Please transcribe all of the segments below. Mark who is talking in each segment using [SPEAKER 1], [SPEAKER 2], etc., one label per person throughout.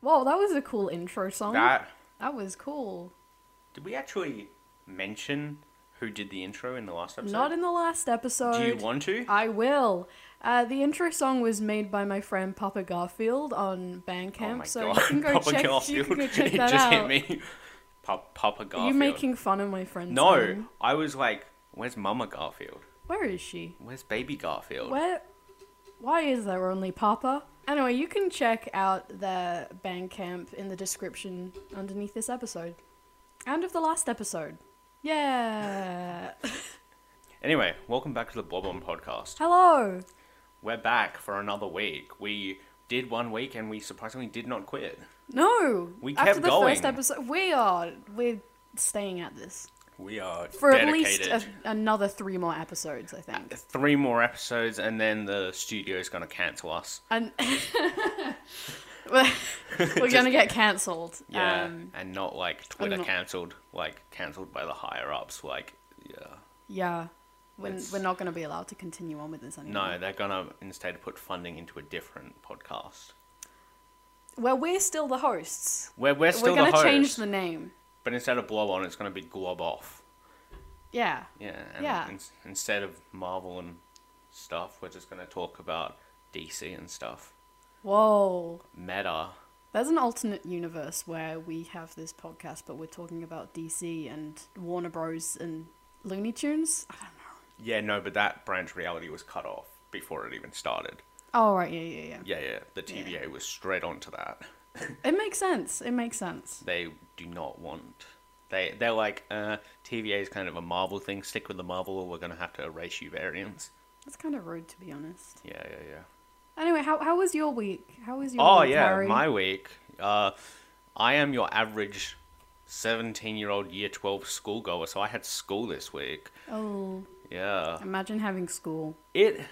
[SPEAKER 1] Whoa, that was a cool intro song.
[SPEAKER 2] That
[SPEAKER 1] That was cool.
[SPEAKER 2] did we actually mention who did the intro in the last episode?
[SPEAKER 1] Not in the last episode.
[SPEAKER 2] Do you want to?
[SPEAKER 1] I will. Uh, the intro song was made by my friend Papa Garfield on Bandcamp, so you can go
[SPEAKER 2] Oh Papa
[SPEAKER 1] check. You
[SPEAKER 2] Garfield.
[SPEAKER 1] can go check
[SPEAKER 2] it
[SPEAKER 1] that
[SPEAKER 2] just
[SPEAKER 1] out.
[SPEAKER 2] hit me. Pa- Papa Garfield.
[SPEAKER 1] Are you making fun of my friend's
[SPEAKER 2] No,
[SPEAKER 1] name?
[SPEAKER 2] I was like, where's Mama Garfield?
[SPEAKER 1] Where is she?
[SPEAKER 2] Where's Baby Garfield?
[SPEAKER 1] Where? Why is there only Papa? Anyway, you can check out their Bandcamp in the description underneath this episode, and of the last episode. Yeah.
[SPEAKER 2] Anyway, welcome back to the Blob On podcast.
[SPEAKER 1] Hello.
[SPEAKER 2] We're back for another week. We did one week and we surprisingly did not quit.
[SPEAKER 1] No.
[SPEAKER 2] We
[SPEAKER 1] After
[SPEAKER 2] kept
[SPEAKER 1] the
[SPEAKER 2] going.
[SPEAKER 1] first episode, we are we're staying at this
[SPEAKER 2] We are
[SPEAKER 1] for
[SPEAKER 2] dedicated.
[SPEAKER 1] at least a, another three more episodes, I think.
[SPEAKER 2] Three more episodes and then the studio's going to cancel us.
[SPEAKER 1] And we're, we're gonna get cancelled.
[SPEAKER 2] Yeah,
[SPEAKER 1] Um,
[SPEAKER 2] and not like Twitter
[SPEAKER 1] not-
[SPEAKER 2] cancelled, like cancelled by the higher ups. Like, yeah,
[SPEAKER 1] yeah. We're,
[SPEAKER 2] It's-
[SPEAKER 1] we're not gonna be allowed to continue on with this anymore.
[SPEAKER 2] no, they're gonna instead put funding into a different podcast.
[SPEAKER 1] Well, we're still the hosts.
[SPEAKER 2] We're we're still
[SPEAKER 1] we're gonna
[SPEAKER 2] the host,
[SPEAKER 1] change the name.
[SPEAKER 2] but instead of blob on, it's gonna be glob off.
[SPEAKER 1] Yeah.
[SPEAKER 2] Yeah, and
[SPEAKER 1] Yeah.
[SPEAKER 2] ins- instead of Marvel and stuff, we're just gonna talk about DC and stuff.
[SPEAKER 1] Whoa.
[SPEAKER 2] Meta.
[SPEAKER 1] There's an alternate universe where we have this podcast, but we're talking about DC and Warner Bros. and Looney Tunes. I don't know.
[SPEAKER 2] Yeah, no, but that branch reality was cut off before it even started.
[SPEAKER 1] Oh right, yeah, yeah, yeah.
[SPEAKER 2] Yeah, yeah, the TVA was straight onto that.
[SPEAKER 1] It makes sense. It makes sense.
[SPEAKER 2] they do not want. They they're like uh, TVA is kind of a Marvel thing. Stick with the Marvel, or we're gonna have to erase you variants.
[SPEAKER 1] That's kind of rude, to be honest.
[SPEAKER 2] Yeah, yeah, yeah.
[SPEAKER 1] Anyway, how how was your week? How was your
[SPEAKER 2] oh
[SPEAKER 1] week,
[SPEAKER 2] yeah,
[SPEAKER 1] Harry?
[SPEAKER 2] my week. Uh, I am your average seventeen-year-old year twelve schoolgoer, so I had school this week.
[SPEAKER 1] Oh,
[SPEAKER 2] Yeah,
[SPEAKER 1] imagine having school.
[SPEAKER 2] it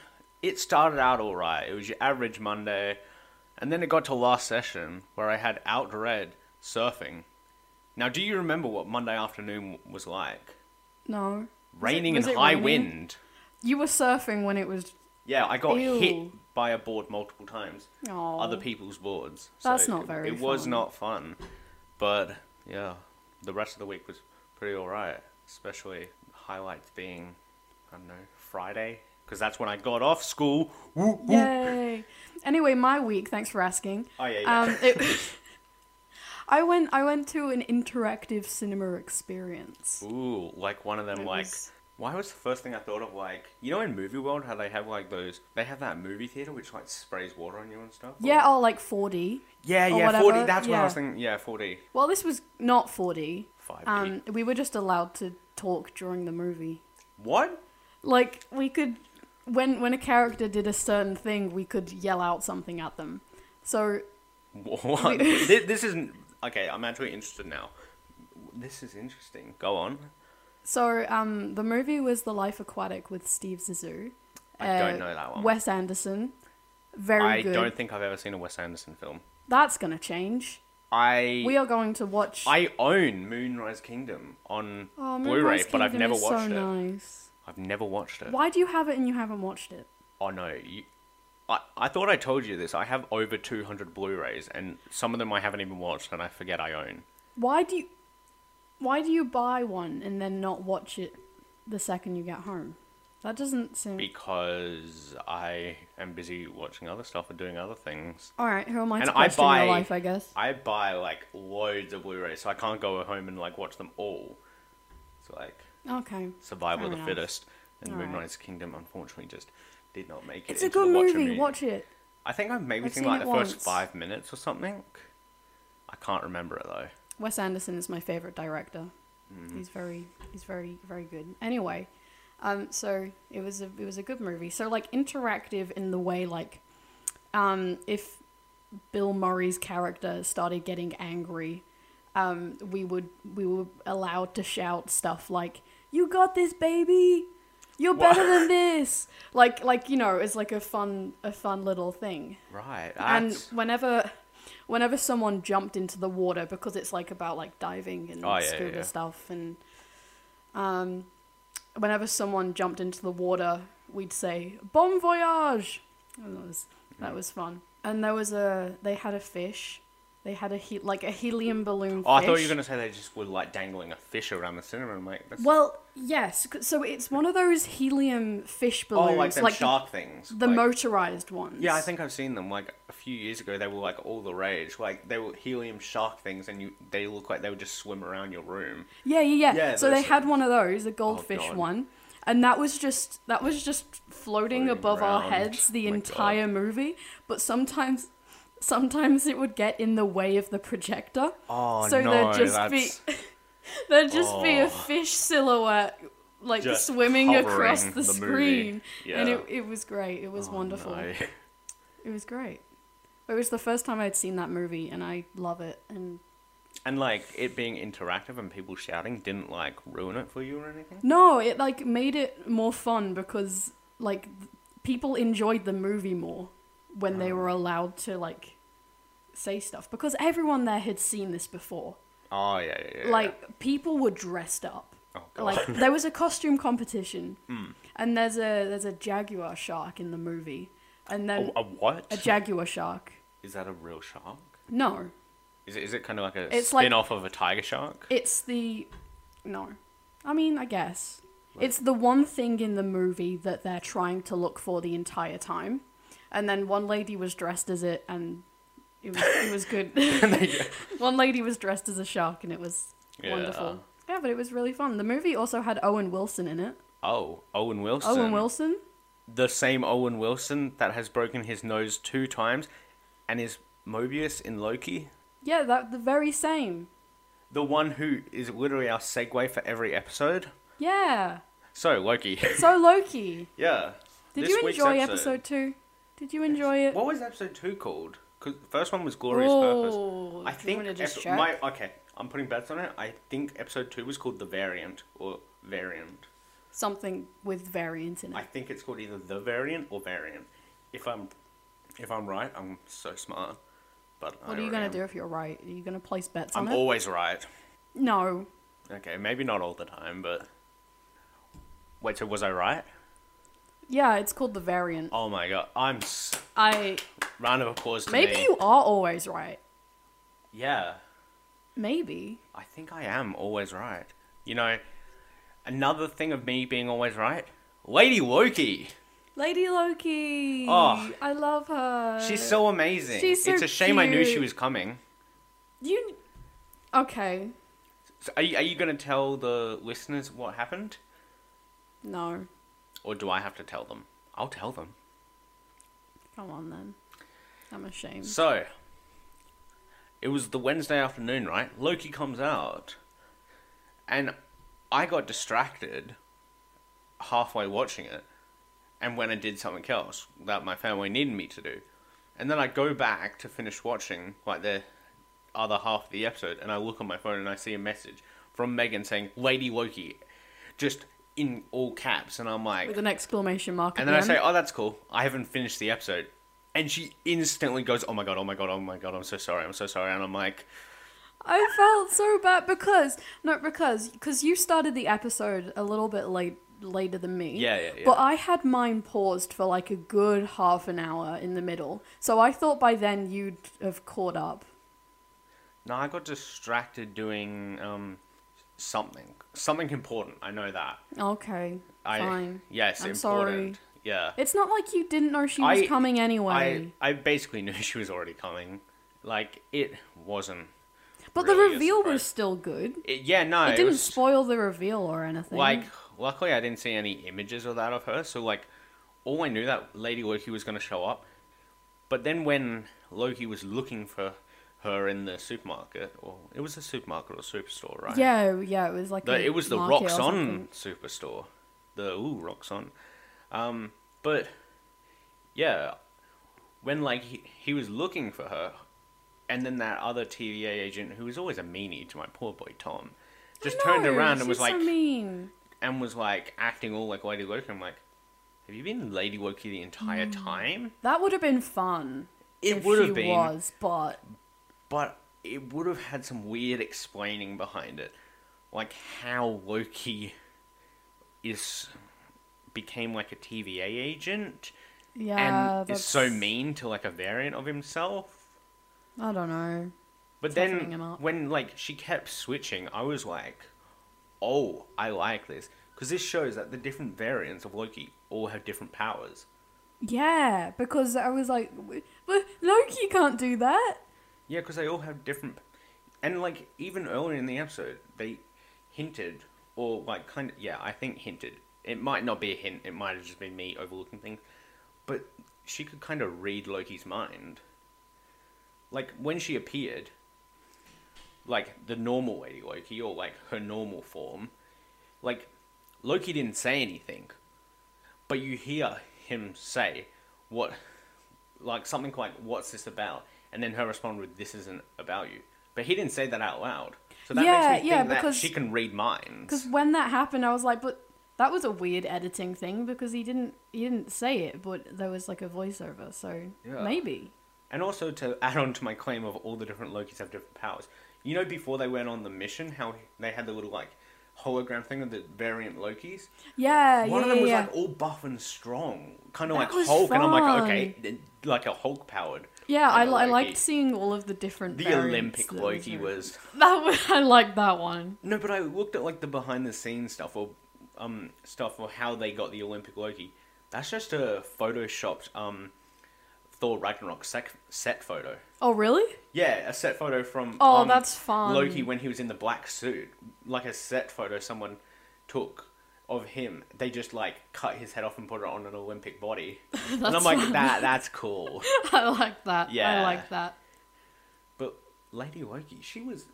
[SPEAKER 2] it started out all right. It was your average Monday, and then it got to last session where I had out red surfing. Now, do you remember what Monday afternoon was like?
[SPEAKER 1] No. Was it-
[SPEAKER 2] Raining
[SPEAKER 1] was
[SPEAKER 2] and
[SPEAKER 1] it
[SPEAKER 2] high
[SPEAKER 1] raining?
[SPEAKER 2] wind.
[SPEAKER 1] You were surfing when it was.
[SPEAKER 2] Yeah, I got hit
[SPEAKER 1] Ew.
[SPEAKER 2] by a board multiple times.
[SPEAKER 1] Oh.
[SPEAKER 2] Other people's boards.
[SPEAKER 1] That's not
[SPEAKER 2] it-
[SPEAKER 1] very
[SPEAKER 2] It was
[SPEAKER 1] fun.
[SPEAKER 2] not fun, but yeah, the rest of the week was pretty all right. Especially highlights being, I don't know, Friday because that's when I got off school. Woo, woo.
[SPEAKER 1] Yay! Anyway, my week. Thanks for asking.
[SPEAKER 2] Oh, yeah, yeah.
[SPEAKER 1] Um, it, I went. I went to an interactive cinema experience.
[SPEAKER 2] Ooh, like one of them,
[SPEAKER 1] It
[SPEAKER 2] like.
[SPEAKER 1] was-
[SPEAKER 2] Why was the first thing I thought of like you know in movie world how they have like those they have that movie theater which like sprays water on you and stuff? or-
[SPEAKER 1] Yeah, or like 4D.
[SPEAKER 2] yeah,
[SPEAKER 1] or
[SPEAKER 2] yeah, forty.
[SPEAKER 1] whatever,
[SPEAKER 2] That's what I was
[SPEAKER 1] yeah.
[SPEAKER 2] thinking. Yeah, forty.
[SPEAKER 1] Well, this was not 4D.
[SPEAKER 2] 5D.
[SPEAKER 1] Um, we were just allowed to talk during the movie.
[SPEAKER 2] What?
[SPEAKER 1] Like we could, when when a character did a certain thing, we could yell out something at them. So
[SPEAKER 2] What? this, this isn't okay. I'm actually interested now. This is interesting. Go on.
[SPEAKER 1] so um, the movie was The Life Aquatic with Steve Zissou. Uh,
[SPEAKER 2] I don't know that one.
[SPEAKER 1] Wes Anderson, very
[SPEAKER 2] I
[SPEAKER 1] good.
[SPEAKER 2] don't think I've ever seen a Wes Anderson film.
[SPEAKER 1] That's gonna change.
[SPEAKER 2] I
[SPEAKER 1] We are going to watch.
[SPEAKER 2] I own Moonrise Kingdom on
[SPEAKER 1] Oh,
[SPEAKER 2] Blu-ray,
[SPEAKER 1] Moonrise
[SPEAKER 2] but I've
[SPEAKER 1] Kingdom
[SPEAKER 2] never
[SPEAKER 1] is
[SPEAKER 2] watched
[SPEAKER 1] so
[SPEAKER 2] it.
[SPEAKER 1] Nice.
[SPEAKER 2] I've never watched it.
[SPEAKER 1] Why do you have it and you haven't watched it?
[SPEAKER 2] Oh no. You, I, I thought I told you this. I have over 200 Blu-rays, and some of them I haven't even watched, and I forget I own.
[SPEAKER 1] Why do you? Why do you buy one and then not watch it the second you get home? That doesn't seem.
[SPEAKER 2] Because I am busy watching other stuff and doing other things.
[SPEAKER 1] All right, who am I
[SPEAKER 2] And
[SPEAKER 1] to
[SPEAKER 2] I
[SPEAKER 1] question
[SPEAKER 2] buy-
[SPEAKER 1] your life? I guess.
[SPEAKER 2] I buy like loads of Blu-rays, so I can't go home and like watch them all. It's like
[SPEAKER 1] Okay. Fair
[SPEAKER 2] Survival of the
[SPEAKER 1] enough.
[SPEAKER 2] Fittest, and
[SPEAKER 1] All right.
[SPEAKER 2] Moonrise Kingdom unfortunately just did not make it.
[SPEAKER 1] It's a
[SPEAKER 2] into the
[SPEAKER 1] good
[SPEAKER 2] watch
[SPEAKER 1] movie.
[SPEAKER 2] immediate-
[SPEAKER 1] Watch it.
[SPEAKER 2] I think I've maybe
[SPEAKER 1] I've
[SPEAKER 2] seen
[SPEAKER 1] seen
[SPEAKER 2] like
[SPEAKER 1] it
[SPEAKER 2] the first
[SPEAKER 1] once.
[SPEAKER 2] five minutes or something. I can't remember it though.
[SPEAKER 1] Wes Anderson is my favorite director.
[SPEAKER 2] Mm-hmm.
[SPEAKER 1] He's very, he's very, very good. Anyway, um, so it was a, it was a good movie. So like interactive in the way like, um, if Bill Murray's character started getting angry, um, we would we were allowed to shout stuff like, "You got this, baby! You're
[SPEAKER 2] Wha-
[SPEAKER 1] better than this!" Like like you know, it's like a fun a fun little thing.
[SPEAKER 2] Right.
[SPEAKER 1] and
[SPEAKER 2] that's-
[SPEAKER 1] whenever whenever someone jumped into the water because it's like about like diving and
[SPEAKER 2] Oh, yeah, yeah,
[SPEAKER 1] scuba
[SPEAKER 2] yeah.
[SPEAKER 1] stuff and um whenever someone jumped into the water we'd say bon
[SPEAKER 2] Hmm.
[SPEAKER 1] voyage and that was that was fun and there was a they had a fish They had a he- like a helium balloon.
[SPEAKER 2] Oh, I thought you
[SPEAKER 1] fish.
[SPEAKER 2] were gonna say they just were like dangling a fish around the cinema. I'm like, that's,
[SPEAKER 1] Well, yes. c- So it's one of those helium fish
[SPEAKER 2] oh,
[SPEAKER 1] balloons,
[SPEAKER 2] like them
[SPEAKER 1] the-
[SPEAKER 2] shark things.
[SPEAKER 1] the
[SPEAKER 2] like-
[SPEAKER 1] motorized ones.
[SPEAKER 2] Yeah, I think I've seen them. Like a few years ago, they were like all the rage. Like they were helium shark things, and you they look like they would just swim around your room.
[SPEAKER 1] Yeah, yeah, yeah.
[SPEAKER 2] Yeah,
[SPEAKER 1] so they
[SPEAKER 2] those
[SPEAKER 1] had one of those, a goldfish
[SPEAKER 2] God.
[SPEAKER 1] one, and that was just that was just floating,
[SPEAKER 2] Floating
[SPEAKER 1] above our
[SPEAKER 2] around. Oh
[SPEAKER 1] heads the
[SPEAKER 2] My God.
[SPEAKER 1] entire movie. But sometimes, sometimes it would get in the way of the projector.
[SPEAKER 2] Oh
[SPEAKER 1] so
[SPEAKER 2] no,
[SPEAKER 1] there'd just
[SPEAKER 2] that's
[SPEAKER 1] be there'd just be
[SPEAKER 2] Oh.
[SPEAKER 1] a fish silhouette like
[SPEAKER 2] Just
[SPEAKER 1] swimming across
[SPEAKER 2] covering
[SPEAKER 1] the,
[SPEAKER 2] the movie.
[SPEAKER 1] screen, and
[SPEAKER 2] Yeah.
[SPEAKER 1] it it was great. It was
[SPEAKER 2] Oh,
[SPEAKER 1] wonderful.
[SPEAKER 2] no.
[SPEAKER 1] It was great. It was the first time I'd seen that movie, and I love it. And
[SPEAKER 2] And like it being interactive and people shouting didn't like ruin it for you or anything.
[SPEAKER 1] No, it like made it more fun because like th- people enjoyed the movie more when they
[SPEAKER 2] Oh.
[SPEAKER 1] were allowed to like say stuff because everyone there had seen this before.
[SPEAKER 2] Oh yeah, yeah, yeah.
[SPEAKER 1] Like people were dressed up.
[SPEAKER 2] yeah. oh, God.
[SPEAKER 1] Like there was a costume competition,
[SPEAKER 2] Hmm.
[SPEAKER 1] and there's a there's a jaguar shark in the movie, and
[SPEAKER 2] Oh, a,
[SPEAKER 1] then
[SPEAKER 2] a what?
[SPEAKER 1] a jaguar shark.
[SPEAKER 2] is that a real shark?
[SPEAKER 1] No,
[SPEAKER 2] Is it, is it kind of like a
[SPEAKER 1] It's like-
[SPEAKER 2] spin off of a tiger shark?
[SPEAKER 1] It's the no. I mean, I guess it's the one thing in the movie that they're trying to look for the entire time, and then one lady was dressed as it, and it was it was good. one lady was dressed as a shark, and it was wonderful. Yeah, but it was really fun. The movie also had Owen Wilson in it.
[SPEAKER 2] Oh, Owen Wilson.
[SPEAKER 1] Owen Wilson.
[SPEAKER 2] The same Owen Wilson that has broken his nose two times, and is Mobius in Loki.
[SPEAKER 1] Yeah, that the very same.
[SPEAKER 2] The one who is literally our segue for every episode.
[SPEAKER 1] Yeah.
[SPEAKER 2] So Loki.
[SPEAKER 1] So Loki,
[SPEAKER 2] yeah.
[SPEAKER 1] did
[SPEAKER 2] This
[SPEAKER 1] you
[SPEAKER 2] week's
[SPEAKER 1] enjoy episode two? Did you enjoy it?
[SPEAKER 2] What was episode two called? Because the first one was Glorious
[SPEAKER 1] Oh,
[SPEAKER 2] Purpose. I
[SPEAKER 1] do you
[SPEAKER 2] think
[SPEAKER 1] wanna just
[SPEAKER 2] epi-
[SPEAKER 1] check?
[SPEAKER 2] my okay. I'm putting bets on it. I think episode two was called the Variant or Variant.
[SPEAKER 1] Something with variant in it.
[SPEAKER 2] I think it's called either the Variant or Variant. If I'm if I'm right, I'm so smart. But
[SPEAKER 1] What
[SPEAKER 2] I
[SPEAKER 1] are you gonna
[SPEAKER 2] am-
[SPEAKER 1] do if you're right? Are you gonna place bets on
[SPEAKER 2] I'm
[SPEAKER 1] it?
[SPEAKER 2] always right.
[SPEAKER 1] no.
[SPEAKER 2] Okay, maybe not all the time, but wait. So was I right?
[SPEAKER 1] Yeah, it's called the variant.
[SPEAKER 2] Oh my god, I'm. S-
[SPEAKER 1] I
[SPEAKER 2] round of applause to
[SPEAKER 1] maybe
[SPEAKER 2] me.
[SPEAKER 1] you are always right.
[SPEAKER 2] Yeah,
[SPEAKER 1] Maybe.
[SPEAKER 2] I think I am always right. You know, another thing of me being always right, Lady Loki.
[SPEAKER 1] Lady Loki.
[SPEAKER 2] Oh.
[SPEAKER 1] I love her.
[SPEAKER 2] She's so amazing.
[SPEAKER 1] Uh, she's so
[SPEAKER 2] it's a shame I knew she
[SPEAKER 1] cute.
[SPEAKER 2] was coming.
[SPEAKER 1] you. Okay.
[SPEAKER 2] So are you, are you going to tell the listeners what happened?
[SPEAKER 1] No.
[SPEAKER 2] Or do I have to tell them? I'll tell them.
[SPEAKER 1] Come on then. I'm ashamed.
[SPEAKER 2] So, it was the Wednesday afternoon, right? Loki comes out, and I got distracted halfway watching it, and went and did something else that my family needed me to do, and then I go back to finish watching like the other half of the episode, and I look on my phone and I see a message from Megan saying "Lady Loki," just in all caps, and I'm like,
[SPEAKER 1] With an exclamation mark.
[SPEAKER 2] and
[SPEAKER 1] at
[SPEAKER 2] then I
[SPEAKER 1] the
[SPEAKER 2] say,
[SPEAKER 1] end.
[SPEAKER 2] "Oh, that's cool. I haven't finished the episode," and she instantly goes, "Oh my god! Oh my god! Oh my god! I'm so sorry. I'm so sorry." And I'm like,
[SPEAKER 1] I felt so bad because no, because because you started the episode a little bit late later than me.
[SPEAKER 2] Yeah, yeah, yeah.
[SPEAKER 1] But I had mine paused for like a good half an hour in the middle, so I thought by then you'd have caught up.
[SPEAKER 2] "No, I got distracted doing um something, something important. I know that.
[SPEAKER 1] Okay,
[SPEAKER 2] I
[SPEAKER 1] fine.
[SPEAKER 2] yes,
[SPEAKER 1] I'm sorry.
[SPEAKER 2] important. Yeah,
[SPEAKER 1] It's not like you didn't know she was
[SPEAKER 2] I-
[SPEAKER 1] coming
[SPEAKER 2] I
[SPEAKER 1] anyway.
[SPEAKER 2] I basically knew she was already coming. Like it wasn't.
[SPEAKER 1] but
[SPEAKER 2] really a
[SPEAKER 1] the reveal was
[SPEAKER 2] surprise.
[SPEAKER 1] still good.
[SPEAKER 2] It, yeah, no,
[SPEAKER 1] It
[SPEAKER 2] it
[SPEAKER 1] didn't
[SPEAKER 2] was-
[SPEAKER 1] spoil the reveal or anything.
[SPEAKER 2] Like, luckily, I didn't see any images of that of her. So, like, all I knew that Lady Loki was going to show up. But then when Loki was looking for her in the supermarket, or it was a supermarket or superstore, right?
[SPEAKER 1] yeah, yeah, it was like
[SPEAKER 2] The,
[SPEAKER 1] a
[SPEAKER 2] it was the
[SPEAKER 1] market or
[SPEAKER 2] Roxon
[SPEAKER 1] something.
[SPEAKER 2] superstore. The ooh Roxon. Um, but yeah, when like he, he was looking for her, and then that other TVA agent who was always a meanie to my poor boy Tom, just turned
[SPEAKER 1] No,
[SPEAKER 2] around and was
[SPEAKER 1] she's
[SPEAKER 2] like,
[SPEAKER 1] so mean.
[SPEAKER 2] and was like acting all like Lady Loki. I'm like, have you been Lady Loki the entire time?
[SPEAKER 1] That would have been fun.
[SPEAKER 2] It
[SPEAKER 1] Hmm. if
[SPEAKER 2] would
[SPEAKER 1] she
[SPEAKER 2] have been,
[SPEAKER 1] was, but
[SPEAKER 2] but it would have had some weird explaining behind it, like how Loki is became like a TVA agent
[SPEAKER 1] yeah,
[SPEAKER 2] and is so
[SPEAKER 1] that's-
[SPEAKER 2] mean to like a variant of himself.
[SPEAKER 1] I don't know.
[SPEAKER 2] But
[SPEAKER 1] Toughening
[SPEAKER 2] then
[SPEAKER 1] him up.
[SPEAKER 2] when like she kept switching, I was like, "Oh, I like this." Cuz this shows that the different variants of Loki all have different powers.
[SPEAKER 1] Yeah, because I was like, "W- but Loki can't do that.
[SPEAKER 2] Yeah, cuz they all have different and like even earlier in the episode, they hinted or like kind of yeah, I think hinted. It might not be a hint, it might have just been me overlooking things, but she could kind of read Loki's mind. Like when she appeared, like the normal Lady Loki or like her normal form, like Loki didn't say anything, but you hear him say what, like something like "What's this about?" and then her respond with "This isn't about you," but he didn't say that out loud. So that
[SPEAKER 1] Yeah,
[SPEAKER 2] makes me
[SPEAKER 1] yeah,
[SPEAKER 2] think that
[SPEAKER 1] because-
[SPEAKER 2] she can read minds.
[SPEAKER 1] Because when that happened, I was like, but that was a weird editing thing because he didn't he didn't say it, but there was like a voiceover, so
[SPEAKER 2] Yeah.
[SPEAKER 1] maybe.
[SPEAKER 2] And also to add on to my claim of all the different Lokis have different powers. You know, before they went on the mission, how they had the little like hologram thing of the variant Lokis.
[SPEAKER 1] Yeah,
[SPEAKER 2] One
[SPEAKER 1] Oh, yeah,
[SPEAKER 2] of them was
[SPEAKER 1] yeah.
[SPEAKER 2] like all buff and strong, kind of
[SPEAKER 1] That
[SPEAKER 2] like
[SPEAKER 1] was
[SPEAKER 2] Hulk, and I'm like,
[SPEAKER 1] fun.
[SPEAKER 2] okay, th- like a Hulk powered.
[SPEAKER 1] yeah, I,
[SPEAKER 2] kinda
[SPEAKER 1] li- I
[SPEAKER 2] Loki.
[SPEAKER 1] liked seeing all of the different.
[SPEAKER 2] The
[SPEAKER 1] variants.
[SPEAKER 2] Olympic
[SPEAKER 1] That
[SPEAKER 2] Loki
[SPEAKER 1] very-
[SPEAKER 2] was
[SPEAKER 1] That was, I liked that one.
[SPEAKER 2] no, but I looked at like the behind the scenes stuff or um stuff or how they got the Olympic Loki. That's just a photoshopped um Thor Ragnarok sec- set photo.
[SPEAKER 1] Oh really?
[SPEAKER 2] Yeah, a set photo from
[SPEAKER 1] Oh,
[SPEAKER 2] um,
[SPEAKER 1] that's fun.
[SPEAKER 2] Loki when he was in the black suit, like a set photo someone took of him. They just like cut his head off and put it on an Olympic body, and I'm
[SPEAKER 1] That's
[SPEAKER 2] like,
[SPEAKER 1] fun.
[SPEAKER 2] that that's cool.
[SPEAKER 1] I like that. I
[SPEAKER 2] Yeah.
[SPEAKER 1] like that.
[SPEAKER 2] But Lady Loki, she was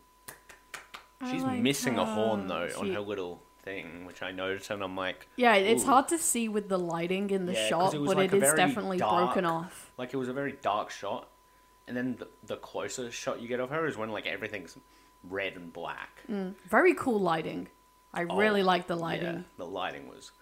[SPEAKER 1] I
[SPEAKER 2] she's
[SPEAKER 1] like
[SPEAKER 2] missing a
[SPEAKER 1] her.
[SPEAKER 2] horn though on
[SPEAKER 1] She-
[SPEAKER 2] her little thing, which I noticed, and I'm like,
[SPEAKER 1] Yeah, it's
[SPEAKER 2] Ooh.
[SPEAKER 1] hard to see with the lighting in the
[SPEAKER 2] Yeah, 'cause
[SPEAKER 1] shot,
[SPEAKER 2] it was
[SPEAKER 1] but
[SPEAKER 2] like
[SPEAKER 1] it
[SPEAKER 2] a
[SPEAKER 1] is
[SPEAKER 2] very
[SPEAKER 1] definitely
[SPEAKER 2] dark-
[SPEAKER 1] broken off.
[SPEAKER 2] like it was a very dark shot, and then the, the closest shot you get of her is when like everything's red and black.
[SPEAKER 1] Very cool lighting. I
[SPEAKER 2] Oh,
[SPEAKER 1] really like the
[SPEAKER 2] yeah,
[SPEAKER 1] lighting.
[SPEAKER 2] the lighting was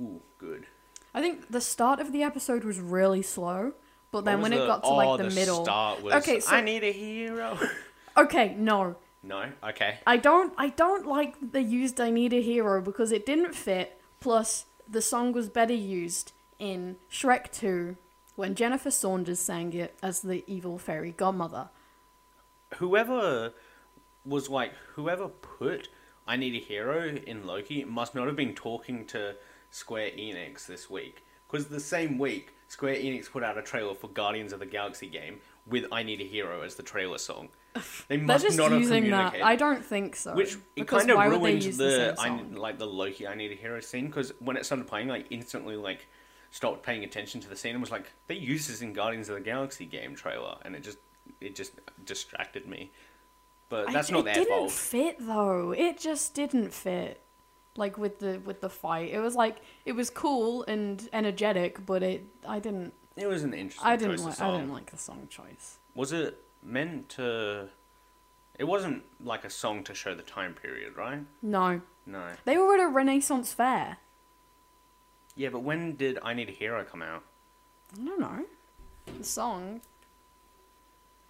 [SPEAKER 2] ooh good.
[SPEAKER 1] I think the start of the episode was really slow, but then
[SPEAKER 2] What
[SPEAKER 1] when
[SPEAKER 2] was
[SPEAKER 1] it
[SPEAKER 2] the-
[SPEAKER 1] got to
[SPEAKER 2] oh,
[SPEAKER 1] like the, middle.
[SPEAKER 2] Start was,
[SPEAKER 1] Okay, so-
[SPEAKER 2] I need a hero.
[SPEAKER 1] Okay, no.
[SPEAKER 2] no, okay.
[SPEAKER 1] I don't I don't like they used I Need a Hero because it didn't fit, plus the song was better used in Shrek 2 when Jennifer Saunders sang it as the evil fairy godmother.
[SPEAKER 2] Whoever was like, whoever put "I Need a Hero" in Loki must not have been talking to Square Enix this week, because the same week Square Enix put out a trailer for Guardians of the Galaxy game with "I Need a Hero" as the trailer song. They
[SPEAKER 1] They're
[SPEAKER 2] must
[SPEAKER 1] just
[SPEAKER 2] not have
[SPEAKER 1] using that.
[SPEAKER 2] communicated.
[SPEAKER 1] I don't think so.
[SPEAKER 2] Which it
[SPEAKER 1] because
[SPEAKER 2] kind of
[SPEAKER 1] why would they
[SPEAKER 2] ruins
[SPEAKER 1] use
[SPEAKER 2] the,
[SPEAKER 1] same
[SPEAKER 2] I,
[SPEAKER 1] song?
[SPEAKER 2] like the Loki I Need a Hero scene because when it started playing, I instantly like stopped paying attention to the scene and was like, they used this in Guardians of the Galaxy game trailer, and it just it just distracted me. But
[SPEAKER 1] I-
[SPEAKER 2] that's not
[SPEAKER 1] it
[SPEAKER 2] their
[SPEAKER 1] didn't
[SPEAKER 2] fault.
[SPEAKER 1] fit though. It just didn't fit. Like with the with the fight, it was like it was cool and energetic, but it I didn't
[SPEAKER 2] It was an interesting
[SPEAKER 1] I didn't
[SPEAKER 2] choice of
[SPEAKER 1] like
[SPEAKER 2] song.
[SPEAKER 1] I didn't like the song choice.
[SPEAKER 2] Was it meant to? It wasn't like a song to show the time period, right?
[SPEAKER 1] No,
[SPEAKER 2] No.
[SPEAKER 1] they were at a Renaissance fair.
[SPEAKER 2] Yeah, but when did I Need a Hero come out?
[SPEAKER 1] I don't know the song.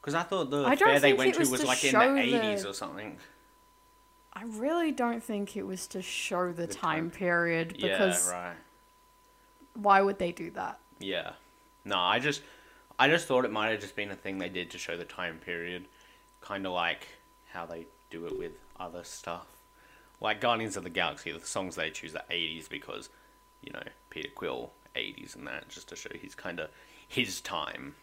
[SPEAKER 2] Because I thought the
[SPEAKER 1] I don't
[SPEAKER 2] fair they
[SPEAKER 1] think
[SPEAKER 2] went
[SPEAKER 1] it
[SPEAKER 2] to
[SPEAKER 1] was
[SPEAKER 2] was
[SPEAKER 1] to
[SPEAKER 2] like in
[SPEAKER 1] show
[SPEAKER 2] the
[SPEAKER 1] the-
[SPEAKER 2] eighties or something.
[SPEAKER 1] I really don't think it was to show the,
[SPEAKER 2] The
[SPEAKER 1] time,
[SPEAKER 2] time-
[SPEAKER 1] period because
[SPEAKER 2] Yeah, right.
[SPEAKER 1] why would they do that?
[SPEAKER 2] Yeah. No, I just I just thought it might have just been a thing they did to show the time period, kind of like how they do it with other stuff. Like Guardians of the Galaxy, the songs they choose are 80s because, you know, Peter Quill 80s and that just to show he's kind of his time.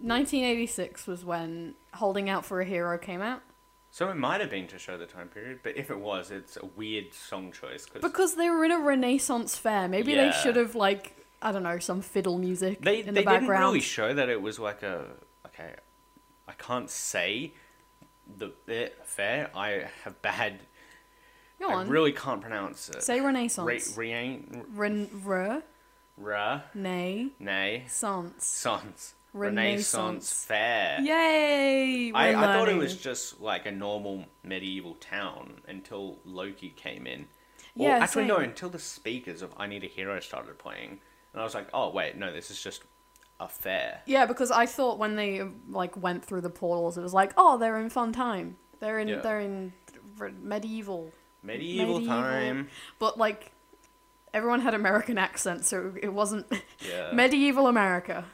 [SPEAKER 1] 1986 was when Holding Out for a Hero came out.
[SPEAKER 2] So it might have been to show the time period, but if it was, it's a weird song choice because
[SPEAKER 1] Because they were in a Renaissance fair. Maybe they
[SPEAKER 2] Yeah.
[SPEAKER 1] should have like I don't know some fiddle music
[SPEAKER 2] they
[SPEAKER 1] in the
[SPEAKER 2] they didn't
[SPEAKER 1] background.
[SPEAKER 2] really show that it was like a okay. I can't say the eh, fair. I have bad
[SPEAKER 1] Go
[SPEAKER 2] I
[SPEAKER 1] on,
[SPEAKER 2] really can't pronounce it.
[SPEAKER 1] say
[SPEAKER 2] Re-
[SPEAKER 1] Renaissance.
[SPEAKER 2] Rien,
[SPEAKER 1] Ren re,
[SPEAKER 2] ra,
[SPEAKER 1] nay,
[SPEAKER 2] nay,
[SPEAKER 1] sans.
[SPEAKER 2] sans,
[SPEAKER 1] Renaissance.
[SPEAKER 2] Renaissance fair.
[SPEAKER 1] Yay!
[SPEAKER 2] I,
[SPEAKER 1] we're
[SPEAKER 2] I thought it was
[SPEAKER 1] learning.
[SPEAKER 2] just like a normal medieval town until Loki came in. Or
[SPEAKER 1] Yeah,
[SPEAKER 2] actually, no,
[SPEAKER 1] same.
[SPEAKER 2] until the speakers of I Need a Hero started playing. And I was like, oh, wait, no, this is just a fair.
[SPEAKER 1] Yeah, because I thought when they like went through the portals, it was like, oh, they're in fun time. They're in
[SPEAKER 2] Yeah.
[SPEAKER 1] they're in re- medieval,
[SPEAKER 2] Medieval,
[SPEAKER 1] Medieval.
[SPEAKER 2] time.
[SPEAKER 1] but like everyone had American accents, so it wasn't
[SPEAKER 2] Yeah.
[SPEAKER 1] medieval America.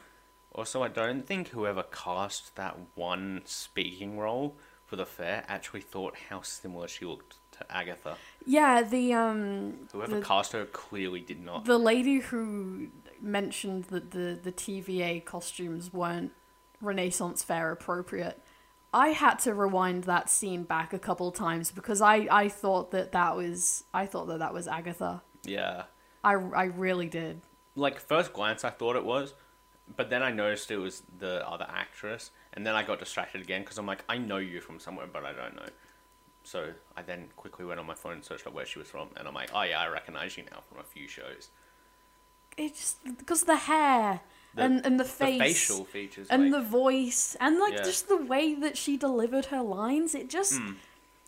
[SPEAKER 2] Also, I don't think whoever cast that one speaking role for the fair actually thought how similar she looked to Agatha.
[SPEAKER 1] Yeah, the um
[SPEAKER 2] Whoever
[SPEAKER 1] the,
[SPEAKER 2] cast her clearly did not.
[SPEAKER 1] the lady who mentioned that the the TVA costumes weren't Renaissance fair appropriate. I had to rewind that scene back a couple times because I I thought that that was I thought that that was Agatha.
[SPEAKER 2] yeah.
[SPEAKER 1] I I really did.
[SPEAKER 2] Like, first glance, I thought it was, but then I noticed it was the other actress, and then I got distracted again because I'm like, I know you from somewhere, but I don't know. So I then quickly went on my phone and searched up where she was from, and I'm like, oh yeah, I recognize you now from a few shows.
[SPEAKER 1] It just because the hair
[SPEAKER 2] The-
[SPEAKER 1] and and the
[SPEAKER 2] The
[SPEAKER 1] face
[SPEAKER 2] facial features.
[SPEAKER 1] and
[SPEAKER 2] like,
[SPEAKER 1] the voice and like
[SPEAKER 2] Yeah.
[SPEAKER 1] just the way that she delivered her lines it just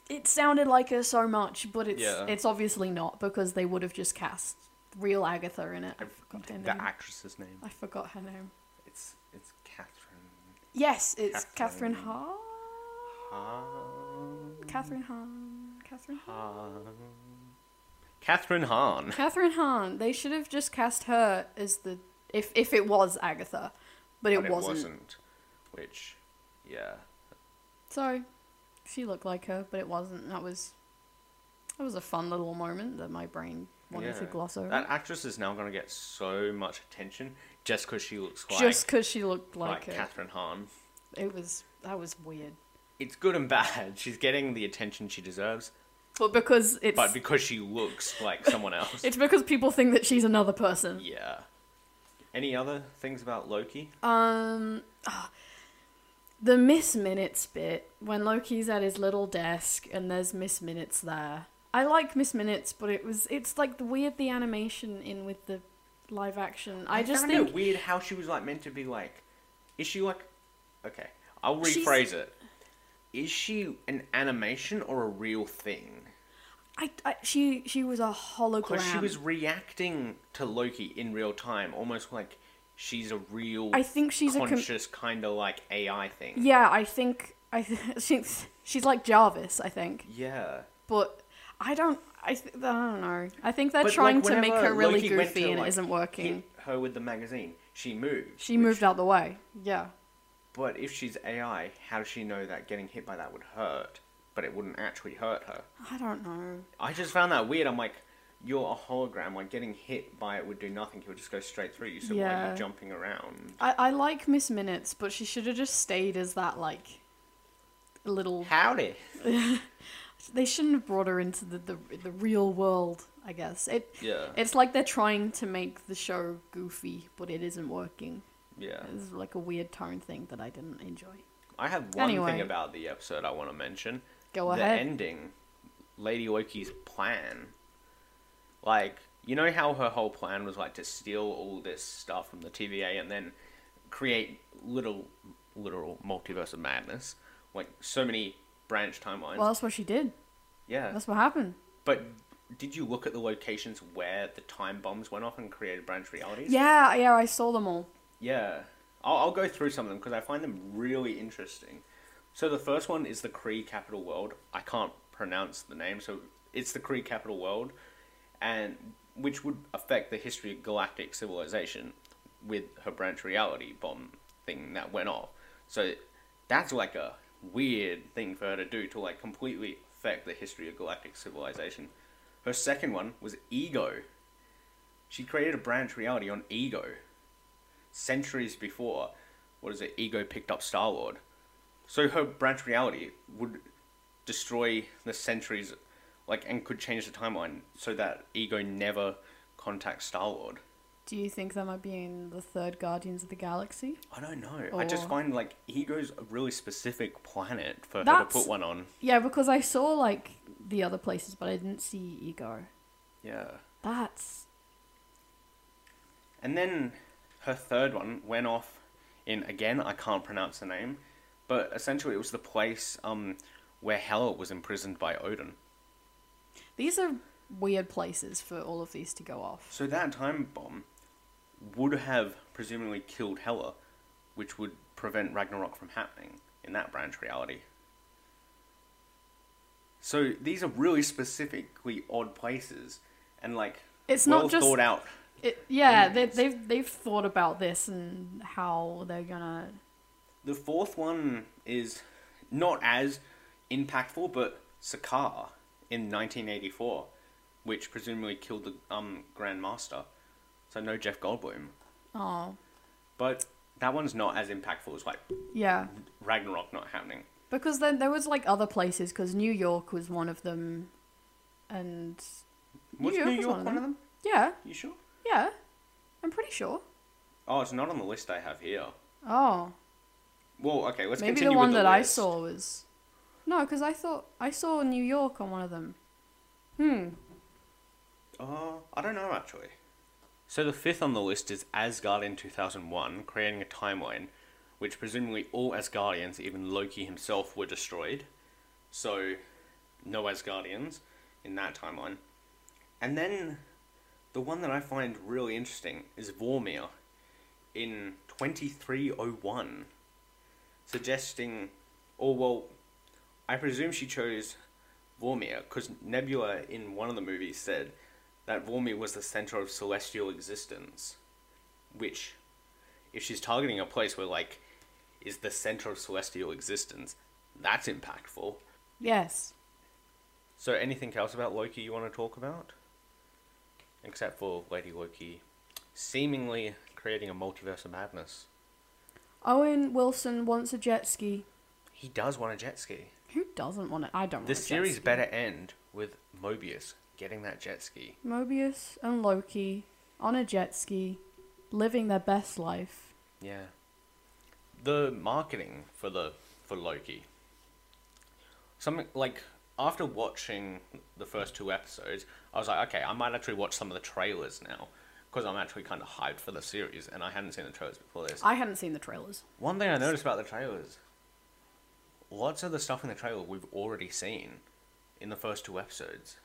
[SPEAKER 1] it sounded like her so much but it's
[SPEAKER 2] Yeah.
[SPEAKER 1] it's obviously not because they would have just cast real agatha in it i forgot her
[SPEAKER 2] the
[SPEAKER 1] name
[SPEAKER 2] actress's name.
[SPEAKER 1] i forgot her name
[SPEAKER 2] It's it's Catherine.
[SPEAKER 1] yes it's catherine
[SPEAKER 2] Catherine-
[SPEAKER 1] hahn
[SPEAKER 2] Hahn.
[SPEAKER 1] catherine hahn catherine hahn
[SPEAKER 2] Hahn. Catherine Hahn.
[SPEAKER 1] catherine hahn they should have just cast her as the if if it was agatha but it,
[SPEAKER 2] But
[SPEAKER 1] wasn't.
[SPEAKER 2] Which, yeah.
[SPEAKER 1] so she looked like her but it wasn't that was that was a fun little moment that my brain wanted to
[SPEAKER 2] Yeah.
[SPEAKER 1] gloss over
[SPEAKER 2] That actress is now going to get so much attention just because she looks like,
[SPEAKER 1] just because she looked
[SPEAKER 2] like
[SPEAKER 1] like, it.
[SPEAKER 2] Catherine Hahn.
[SPEAKER 1] It was that was weird,
[SPEAKER 2] It's good and bad. She's getting the attention she deserves,
[SPEAKER 1] but because it's
[SPEAKER 2] but because she looks like someone else.
[SPEAKER 1] it's because people think that she's another person.
[SPEAKER 2] yeah. Any other things about Loki?
[SPEAKER 1] Um, ah, the Miss Minutes bit when Loki's at his little desk and there's Miss Minutes there. I like Miss Minutes, but it was it's like the weird the animation in with the live action. I, just
[SPEAKER 2] found
[SPEAKER 1] think
[SPEAKER 2] it weird how she was like meant to be like. Is she like? Okay, I'll
[SPEAKER 1] She's-
[SPEAKER 2] rephrase it. Is she an animation or a real thing?
[SPEAKER 1] I, I she she was a hologram.
[SPEAKER 2] Because she was reacting to Loki in real time, almost like she's a real.
[SPEAKER 1] I think she's a com-
[SPEAKER 2] conscious kind of like AI thing.
[SPEAKER 1] yeah, I think I th- she's she's like Jarvis. I think.
[SPEAKER 2] Yeah.
[SPEAKER 1] but I don't. I, th- I don't know. I think they're
[SPEAKER 2] But,
[SPEAKER 1] trying
[SPEAKER 2] like,
[SPEAKER 1] to make
[SPEAKER 2] whenever
[SPEAKER 1] her really
[SPEAKER 2] Loki went
[SPEAKER 1] goofy
[SPEAKER 2] to,
[SPEAKER 1] and
[SPEAKER 2] like,
[SPEAKER 1] it isn't working.
[SPEAKER 2] Hit her with the magazine. She moved.
[SPEAKER 1] she
[SPEAKER 2] which-
[SPEAKER 1] moved out the way. Yeah.
[SPEAKER 2] But if she's AI, how does she know that getting hit by that would hurt? But it wouldn't actually hurt her.
[SPEAKER 1] I don't know.
[SPEAKER 2] I just found that weird. I'm like, you're a hologram. Like getting hit by it would do nothing. It would just go straight through you. So why are
[SPEAKER 1] Yeah.
[SPEAKER 2] you jumping around?
[SPEAKER 1] I, I like Miss Minutes, but she should have just stayed as that like little.
[SPEAKER 2] Howdy.
[SPEAKER 1] They shouldn't have brought her into the the, the real world. I guess it.
[SPEAKER 2] Yeah.
[SPEAKER 1] It's like they're trying to make the show goofy, but it isn't working.
[SPEAKER 2] Yeah.
[SPEAKER 1] It's like a weird tone thing that I didn't enjoy.
[SPEAKER 2] I have one
[SPEAKER 1] Anyway.
[SPEAKER 2] thing about the episode I want to mention.
[SPEAKER 1] Go
[SPEAKER 2] the
[SPEAKER 1] ahead.
[SPEAKER 2] ending, Lady Loki's plan. Like, you know how her whole plan was like to steal all this stuff from the TVA and then create little literal multiverse of madness, like so many branch timelines.
[SPEAKER 1] Well, that's what she did.
[SPEAKER 2] yeah.
[SPEAKER 1] That's what happened.
[SPEAKER 2] But did you look at the locations where the time bombs went off and created branch realities?
[SPEAKER 1] Yeah, yeah, I saw them all.
[SPEAKER 2] Yeah. I'll, I'll go through some of them because I find them really interesting. So the first one is the Kree capital world. I can't pronounce the name, so it's the Kree capital world, and which would affect the history of galactic civilization with her branch reality bomb thing that went off. So that's like a weird thing for her to do to like completely affect the history of galactic civilization. Her second one was ego. She created a branch reality on ego centuries before, what is it, Ego picked up Star Lord. So her branch reality would destroy the centuries, like, and could change the timeline so that Ego never contacts Star Lord.
[SPEAKER 1] Do you think that might be in the third Guardians of the Galaxy?
[SPEAKER 2] I don't know. I just
[SPEAKER 1] Or-
[SPEAKER 2] find, like, Ego's a really specific planet for her to
[SPEAKER 1] That's-
[SPEAKER 2] put one on.
[SPEAKER 1] Yeah, because I saw like the other places, but I didn't see Ego.
[SPEAKER 2] Yeah.
[SPEAKER 1] That's
[SPEAKER 2] And then her third one went off in again, I can't pronounce the name, but essentially it was the place um where Hela was imprisoned by Odin.
[SPEAKER 1] these are weird places for all of these to go off.
[SPEAKER 2] So that time bomb would have presumably killed Hela, which would prevent Ragnarok from happening in that branch reality. So these are really specifically odd places and like
[SPEAKER 1] It's
[SPEAKER 2] well
[SPEAKER 1] not just-
[SPEAKER 2] thought out
[SPEAKER 1] It, yeah, they, they've they've thought about this and how they're gonna.
[SPEAKER 2] The fourth one is not as impactful, but Sakar in 1984, which presumably killed the um, Grand Master. So no Jeff Goldblum.
[SPEAKER 1] Oh,
[SPEAKER 2] But that one's not as impactful as like
[SPEAKER 1] yeah,
[SPEAKER 2] Ragnarok not happening.
[SPEAKER 1] because then there was like other places because New York was one of them, and
[SPEAKER 2] Was
[SPEAKER 1] New York
[SPEAKER 2] New
[SPEAKER 1] was
[SPEAKER 2] York one of them?
[SPEAKER 1] yeah,
[SPEAKER 2] You sure?
[SPEAKER 1] yeah, I'm pretty sure.
[SPEAKER 2] Oh, it's not on the list I have here.
[SPEAKER 1] Oh,
[SPEAKER 2] Well, okay, let's
[SPEAKER 1] maybe
[SPEAKER 2] continue
[SPEAKER 1] the
[SPEAKER 2] with
[SPEAKER 1] one that I
[SPEAKER 2] list.
[SPEAKER 1] saw was no, because I thought I saw New York on one of them. Hmm.
[SPEAKER 2] Uh, I don't know actually. So the fifth on the list is Asgard in 2001, creating a timeline, which presumably all Asgardians, even Loki himself, were destroyed. So, no Asgardians in that timeline. And then, the one that I find really interesting is Vormir in 2301, suggesting, or well, I presume she chose Vormir because Nebula in one of the movies said that Vormir was the center of celestial existence, which, if she's targeting a place where like is the center of celestial existence, that's impactful.
[SPEAKER 1] Yes.
[SPEAKER 2] So, anything else about Loki you want to talk about? Except for Lady Loki seemingly creating a multiverse of madness.
[SPEAKER 1] Owen Wilson wants a jet ski.
[SPEAKER 2] He does want a jet ski.
[SPEAKER 1] Who doesn't want it? I don't want
[SPEAKER 2] The
[SPEAKER 1] a jet
[SPEAKER 2] series
[SPEAKER 1] ski.
[SPEAKER 2] better end with Mobius getting that jet ski.
[SPEAKER 1] Mobius and Loki on a jet ski, living their best life.
[SPEAKER 2] Yeah. The marketing for the for Loki. Something like after watching the first two episodes, I was like, okay, I might actually watch some of the trailers now because I'm actually kind of hyped for the series, and I hadn't seen the trailers before this.
[SPEAKER 1] I hadn't seen the trailers.
[SPEAKER 2] One thing I noticed about the trailers, lots of the stuff in the trailer we've already seen in the first two episodes.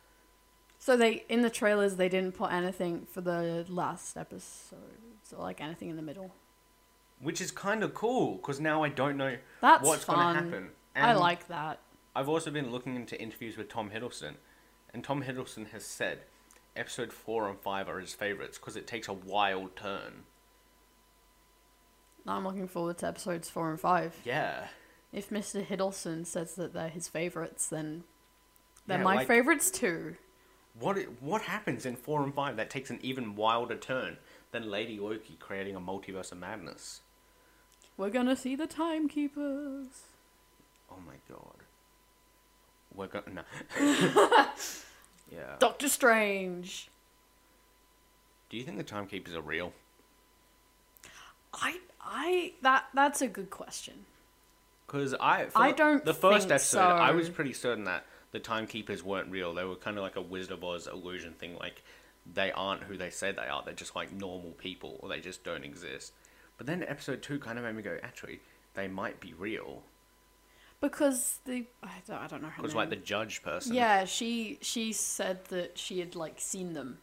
[SPEAKER 1] So they in the trailers they didn't put anything for the last episode, so like anything in the middle.
[SPEAKER 2] Which is kind of cool because now I don't know
[SPEAKER 1] That's
[SPEAKER 2] what's
[SPEAKER 1] fun.
[SPEAKER 2] going to happen.
[SPEAKER 1] I
[SPEAKER 2] And-
[SPEAKER 1] like that.
[SPEAKER 2] I've also been looking into interviews with Tom Hiddleston, and Tom Hiddleston has said episode four and five are his favorites because it takes a wild turn.
[SPEAKER 1] I'm looking forward to episodes four and five.
[SPEAKER 2] Yeah.
[SPEAKER 1] If Mr. Hiddleston says that they're his favorites, then they're
[SPEAKER 2] Yeah,
[SPEAKER 1] my
[SPEAKER 2] like-
[SPEAKER 1] favorites too.
[SPEAKER 2] What i- what happens in four and five that takes an even wilder turn than Lady Loki creating a multiverse of madness?
[SPEAKER 1] We're gonna see the timekeepers.
[SPEAKER 2] Oh my god. We're going no. yeah.
[SPEAKER 1] Doctor Strange.
[SPEAKER 2] Do you think the timekeepers are real?
[SPEAKER 1] I I that that's a good question.
[SPEAKER 2] Because I, for
[SPEAKER 1] I
[SPEAKER 2] the-
[SPEAKER 1] don't
[SPEAKER 2] The first
[SPEAKER 1] think
[SPEAKER 2] episode, I was
[SPEAKER 1] so.
[SPEAKER 2] pretty certain that the timekeepers weren't real. They were kind of like a Wizard of Oz illusion thing. Like they aren't who they say they are. They're just like normal people, or they just don't exist. But then episode two kind of made me go, actually, they might be real.
[SPEAKER 1] Because the I don't, I don't know her
[SPEAKER 2] Because
[SPEAKER 1] name.
[SPEAKER 2] like the judge person,
[SPEAKER 1] yeah, she she said that she had like seen them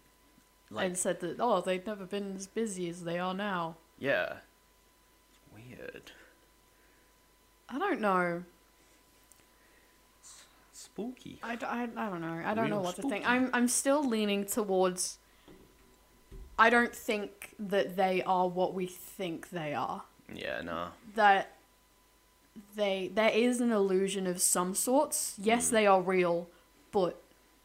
[SPEAKER 2] like
[SPEAKER 1] and said that oh they'd never been as busy as they are now.
[SPEAKER 2] yeah, weird,
[SPEAKER 1] I don't know.
[SPEAKER 2] spooky.
[SPEAKER 1] I, d- I, I don't know. I don't know
[SPEAKER 2] Real
[SPEAKER 1] what to
[SPEAKER 2] spooky.
[SPEAKER 1] think. I'm I'm still leaning towards. I don't think that they are what we think they are.
[SPEAKER 2] Yeah, nah.
[SPEAKER 1] That they there is an illusion of some sorts. Yes,
[SPEAKER 2] Hmm.
[SPEAKER 1] they are real, but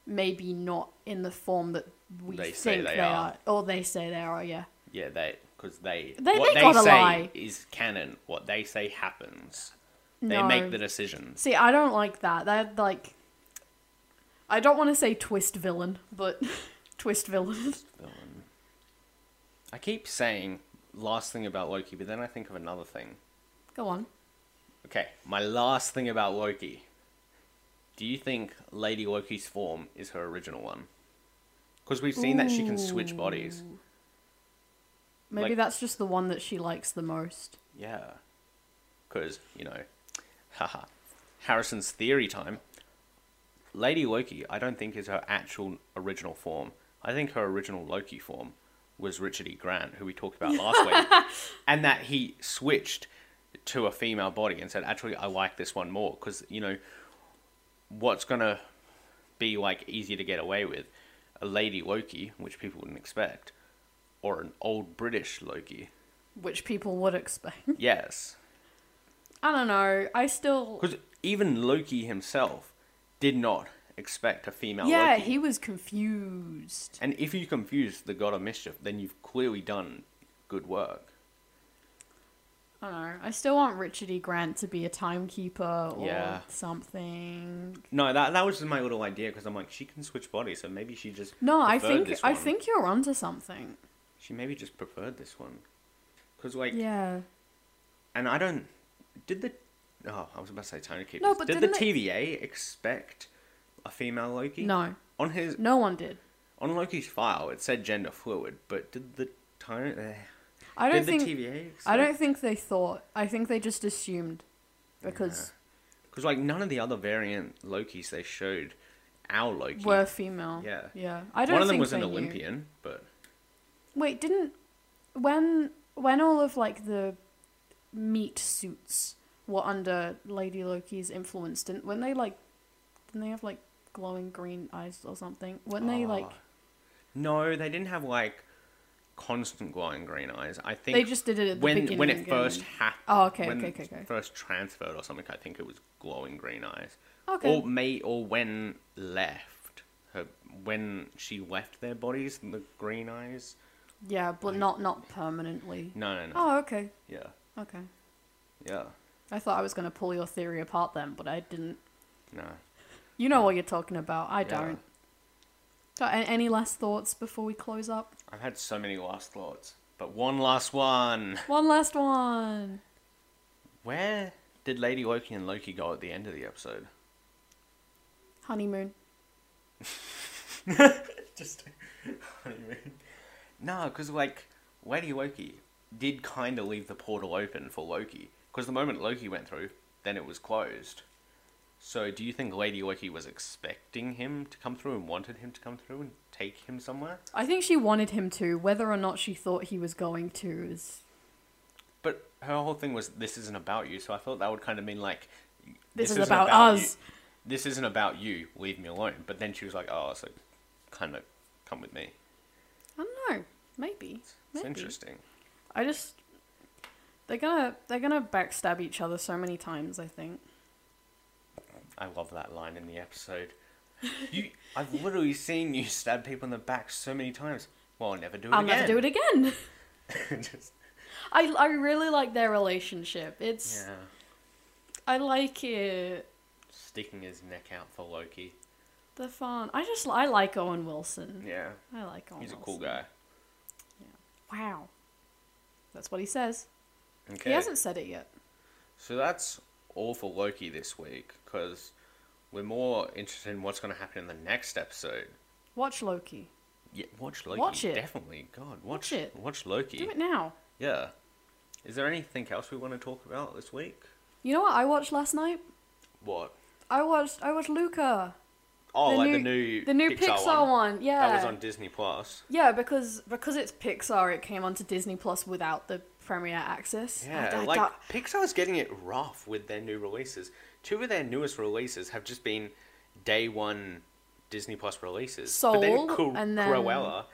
[SPEAKER 1] maybe not in the form that we
[SPEAKER 2] They
[SPEAKER 1] think
[SPEAKER 2] say
[SPEAKER 1] they,
[SPEAKER 2] they
[SPEAKER 1] are.
[SPEAKER 2] are.
[SPEAKER 1] or they say they are. Yeah.
[SPEAKER 2] Yeah, they because they,
[SPEAKER 1] They-
[SPEAKER 2] what
[SPEAKER 1] they
[SPEAKER 2] they,
[SPEAKER 1] gotta
[SPEAKER 2] say
[SPEAKER 1] lie.
[SPEAKER 2] is canon. What they say happens. They
[SPEAKER 1] No.
[SPEAKER 2] make the decisions.
[SPEAKER 1] See, I don't like that. That like, I don't want to say twist villain, but twist villain.
[SPEAKER 2] villain. I keep saying last thing about Loki, but then I think of another thing.
[SPEAKER 1] Go on.
[SPEAKER 2] Okay, my last thing about Loki. Do you think Lady Loki's form is her original one? Because we've seen that she can switch bodies.
[SPEAKER 1] Maybe
[SPEAKER 2] Like-
[SPEAKER 1] that's just the one that she likes the most.
[SPEAKER 2] Yeah. Because, you know, haha. Harrison's theory time. Lady Loki, I don't think, is her actual original form. I think her original Loki form was Richard E. Grant, who we talked about last week, and that he switched to a female body and said, actually, I like this one more. Because, you know, what's going to be like easier to get away with? A Lady Loki, which people wouldn't expect, or an old British Loki.
[SPEAKER 1] which people would expect.
[SPEAKER 2] Yes.
[SPEAKER 1] I don't know. I still.
[SPEAKER 2] Because even Loki himself did not expect a female
[SPEAKER 1] Yeah,
[SPEAKER 2] Loki.
[SPEAKER 1] he was confused.
[SPEAKER 2] And if you confuse the god of mischief, then you've clearly done good work.
[SPEAKER 1] I don't know. I still want Richard E. Grant to be a timekeeper or
[SPEAKER 2] Yeah.
[SPEAKER 1] something.
[SPEAKER 2] No, that that was my little idea because I'm like she can switch bodies, so maybe she just
[SPEAKER 1] No, I
[SPEAKER 2] preferred
[SPEAKER 1] think
[SPEAKER 2] this
[SPEAKER 1] I
[SPEAKER 2] one.
[SPEAKER 1] think you're onto something.
[SPEAKER 2] she maybe just preferred this one because like
[SPEAKER 1] Yeah.
[SPEAKER 2] and I don't did the oh I was about to say Tony Keepers.
[SPEAKER 1] No, but
[SPEAKER 2] did the
[SPEAKER 1] didn't they-
[SPEAKER 2] TVA expect a female Loki?
[SPEAKER 1] No,
[SPEAKER 2] On his
[SPEAKER 1] no one did.
[SPEAKER 2] on Loki's file, it said gender fluid, but did the Tony? Uh,
[SPEAKER 1] I don't
[SPEAKER 2] did
[SPEAKER 1] think.
[SPEAKER 2] the TVA? Expect?
[SPEAKER 1] I don't think they thought. I think they just assumed, because
[SPEAKER 2] because like none of the other variant Lokis they showed our Loki.
[SPEAKER 1] we're female.
[SPEAKER 2] Yeah.
[SPEAKER 1] Yeah. I don't.
[SPEAKER 2] One of them
[SPEAKER 1] think
[SPEAKER 2] was an
[SPEAKER 1] they knew.
[SPEAKER 2] Olympian, but
[SPEAKER 1] Wait, didn't when when all of like the meat suits were under Lady Loki's influence? Didn't when they like didn't they have like glowing green eyes or something? When they
[SPEAKER 2] Oh.
[SPEAKER 1] like
[SPEAKER 2] no, they didn't have like constant glowing green eyes. I think
[SPEAKER 1] they just did it at the
[SPEAKER 2] when
[SPEAKER 1] beginning.
[SPEAKER 2] when it
[SPEAKER 1] and-
[SPEAKER 2] first happened.
[SPEAKER 1] Oh, okay,
[SPEAKER 2] when
[SPEAKER 1] okay,
[SPEAKER 2] it
[SPEAKER 1] okay, okay.
[SPEAKER 2] First transferred or something. I think it was glowing green eyes.
[SPEAKER 1] Okay.
[SPEAKER 2] Or may or when left her when she left their bodies, the green eyes.
[SPEAKER 1] yeah, but not not permanently.
[SPEAKER 2] No, no, no.
[SPEAKER 1] Oh, okay,
[SPEAKER 2] Yeah,
[SPEAKER 1] okay.
[SPEAKER 2] yeah.
[SPEAKER 1] I thought I was gonna pull your theory apart then, but I didn't.
[SPEAKER 2] No.
[SPEAKER 1] You know what you're talking about. I
[SPEAKER 2] Yeah.
[SPEAKER 1] don't. So, a- any last thoughts before we close up?
[SPEAKER 2] I've had so many last thoughts, but one last one.
[SPEAKER 1] One last one.
[SPEAKER 2] Where did Lady Loki and Loki go at the end of the episode?
[SPEAKER 1] Honeymoon.
[SPEAKER 2] Just honeymoon. No, because like Lady Loki did kind of leave the portal open for Loki, because the moment Loki went through, then it was closed. So, do you think Lady Loki was expecting him to come through and wanted him to come through and take him somewhere?
[SPEAKER 1] I think she wanted him to. Whether or not she thought he was going to is
[SPEAKER 2] But her whole thing was this isn't about you, so I thought that would kind of mean like
[SPEAKER 1] This is
[SPEAKER 2] isn't
[SPEAKER 1] about
[SPEAKER 2] you.
[SPEAKER 1] us.
[SPEAKER 2] This isn't about you. Leave me alone. But then she was like, oh, so kind of come with me.
[SPEAKER 1] I don't know. Maybe.
[SPEAKER 2] It's
[SPEAKER 1] Maybe.
[SPEAKER 2] interesting.
[SPEAKER 1] I just they're gonna they're gonna backstab each other so many times. I think.
[SPEAKER 2] I love that line in the episode. You, I've literally seen you stab people in the back so many times. Well, I'll never do it
[SPEAKER 1] I'll
[SPEAKER 2] again.
[SPEAKER 1] never do it again.
[SPEAKER 2] again. Just,
[SPEAKER 1] I I really like their relationship. It's
[SPEAKER 2] yeah,
[SPEAKER 1] I like it.
[SPEAKER 2] sticking his neck out for Loki.
[SPEAKER 1] They're fun. I just I like Owen Wilson.
[SPEAKER 2] Yeah,
[SPEAKER 1] I like Owen.
[SPEAKER 2] he's a
[SPEAKER 1] Wilson.
[SPEAKER 2] cool guy.
[SPEAKER 1] Wow. That's what he says.
[SPEAKER 2] Okay,
[SPEAKER 1] He hasn't said it yet.
[SPEAKER 2] so that's all for Loki this week because we're more interested in what's going to happen in the next episode.
[SPEAKER 1] Watch Loki.
[SPEAKER 2] Yeah, watch Loki.
[SPEAKER 1] Watch it.
[SPEAKER 2] Definitely, God, watch,
[SPEAKER 1] it.
[SPEAKER 2] Watch Loki.
[SPEAKER 1] Do it now.
[SPEAKER 2] Yeah. Is there anything else we want to talk about this week?
[SPEAKER 1] You know what I watched last night?
[SPEAKER 2] What?
[SPEAKER 1] I watched I watched Luca.
[SPEAKER 2] Oh,
[SPEAKER 1] The
[SPEAKER 2] like the
[SPEAKER 1] new-
[SPEAKER 2] new
[SPEAKER 1] the new Pixar
[SPEAKER 2] one.
[SPEAKER 1] one,
[SPEAKER 2] That was
[SPEAKER 1] yeah.
[SPEAKER 2] on Disney Plus.
[SPEAKER 1] Yeah, because because it's Pixar, it came onto Disney Plus without the premiere access.
[SPEAKER 2] Yeah,
[SPEAKER 1] I- I-
[SPEAKER 2] like
[SPEAKER 1] I-
[SPEAKER 2] Pixar's getting it rough with their new releases. Two of their newest releases have just been day one Disney Plus releases. but then,
[SPEAKER 1] Soul,
[SPEAKER 2] Cru-
[SPEAKER 1] and then-
[SPEAKER 2] Cruella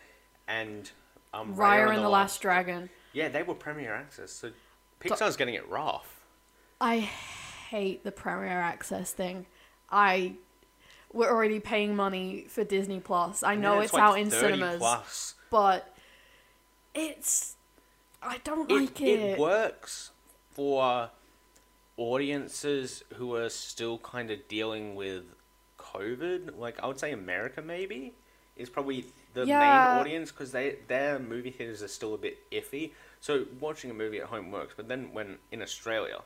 [SPEAKER 2] and um,
[SPEAKER 1] Raya and the Last Dragon.
[SPEAKER 2] Yeah, they were premiere access. So Pixar's getting it rough.
[SPEAKER 1] I hate the premiere access thing. I we're already paying money for Disney Plus. I
[SPEAKER 2] And
[SPEAKER 1] know
[SPEAKER 2] then
[SPEAKER 1] it's,
[SPEAKER 2] like
[SPEAKER 1] out in
[SPEAKER 2] 30
[SPEAKER 1] cinemas,
[SPEAKER 2] Plus.
[SPEAKER 1] but it's I don't like
[SPEAKER 2] it,
[SPEAKER 1] it.
[SPEAKER 2] it works for audiences who are still kind of dealing with COVID. Like I would say, America maybe is probably the
[SPEAKER 1] Yeah.
[SPEAKER 2] main audience because they their movie theaters are still a bit iffy. So watching a movie at home works, but then when in Australia,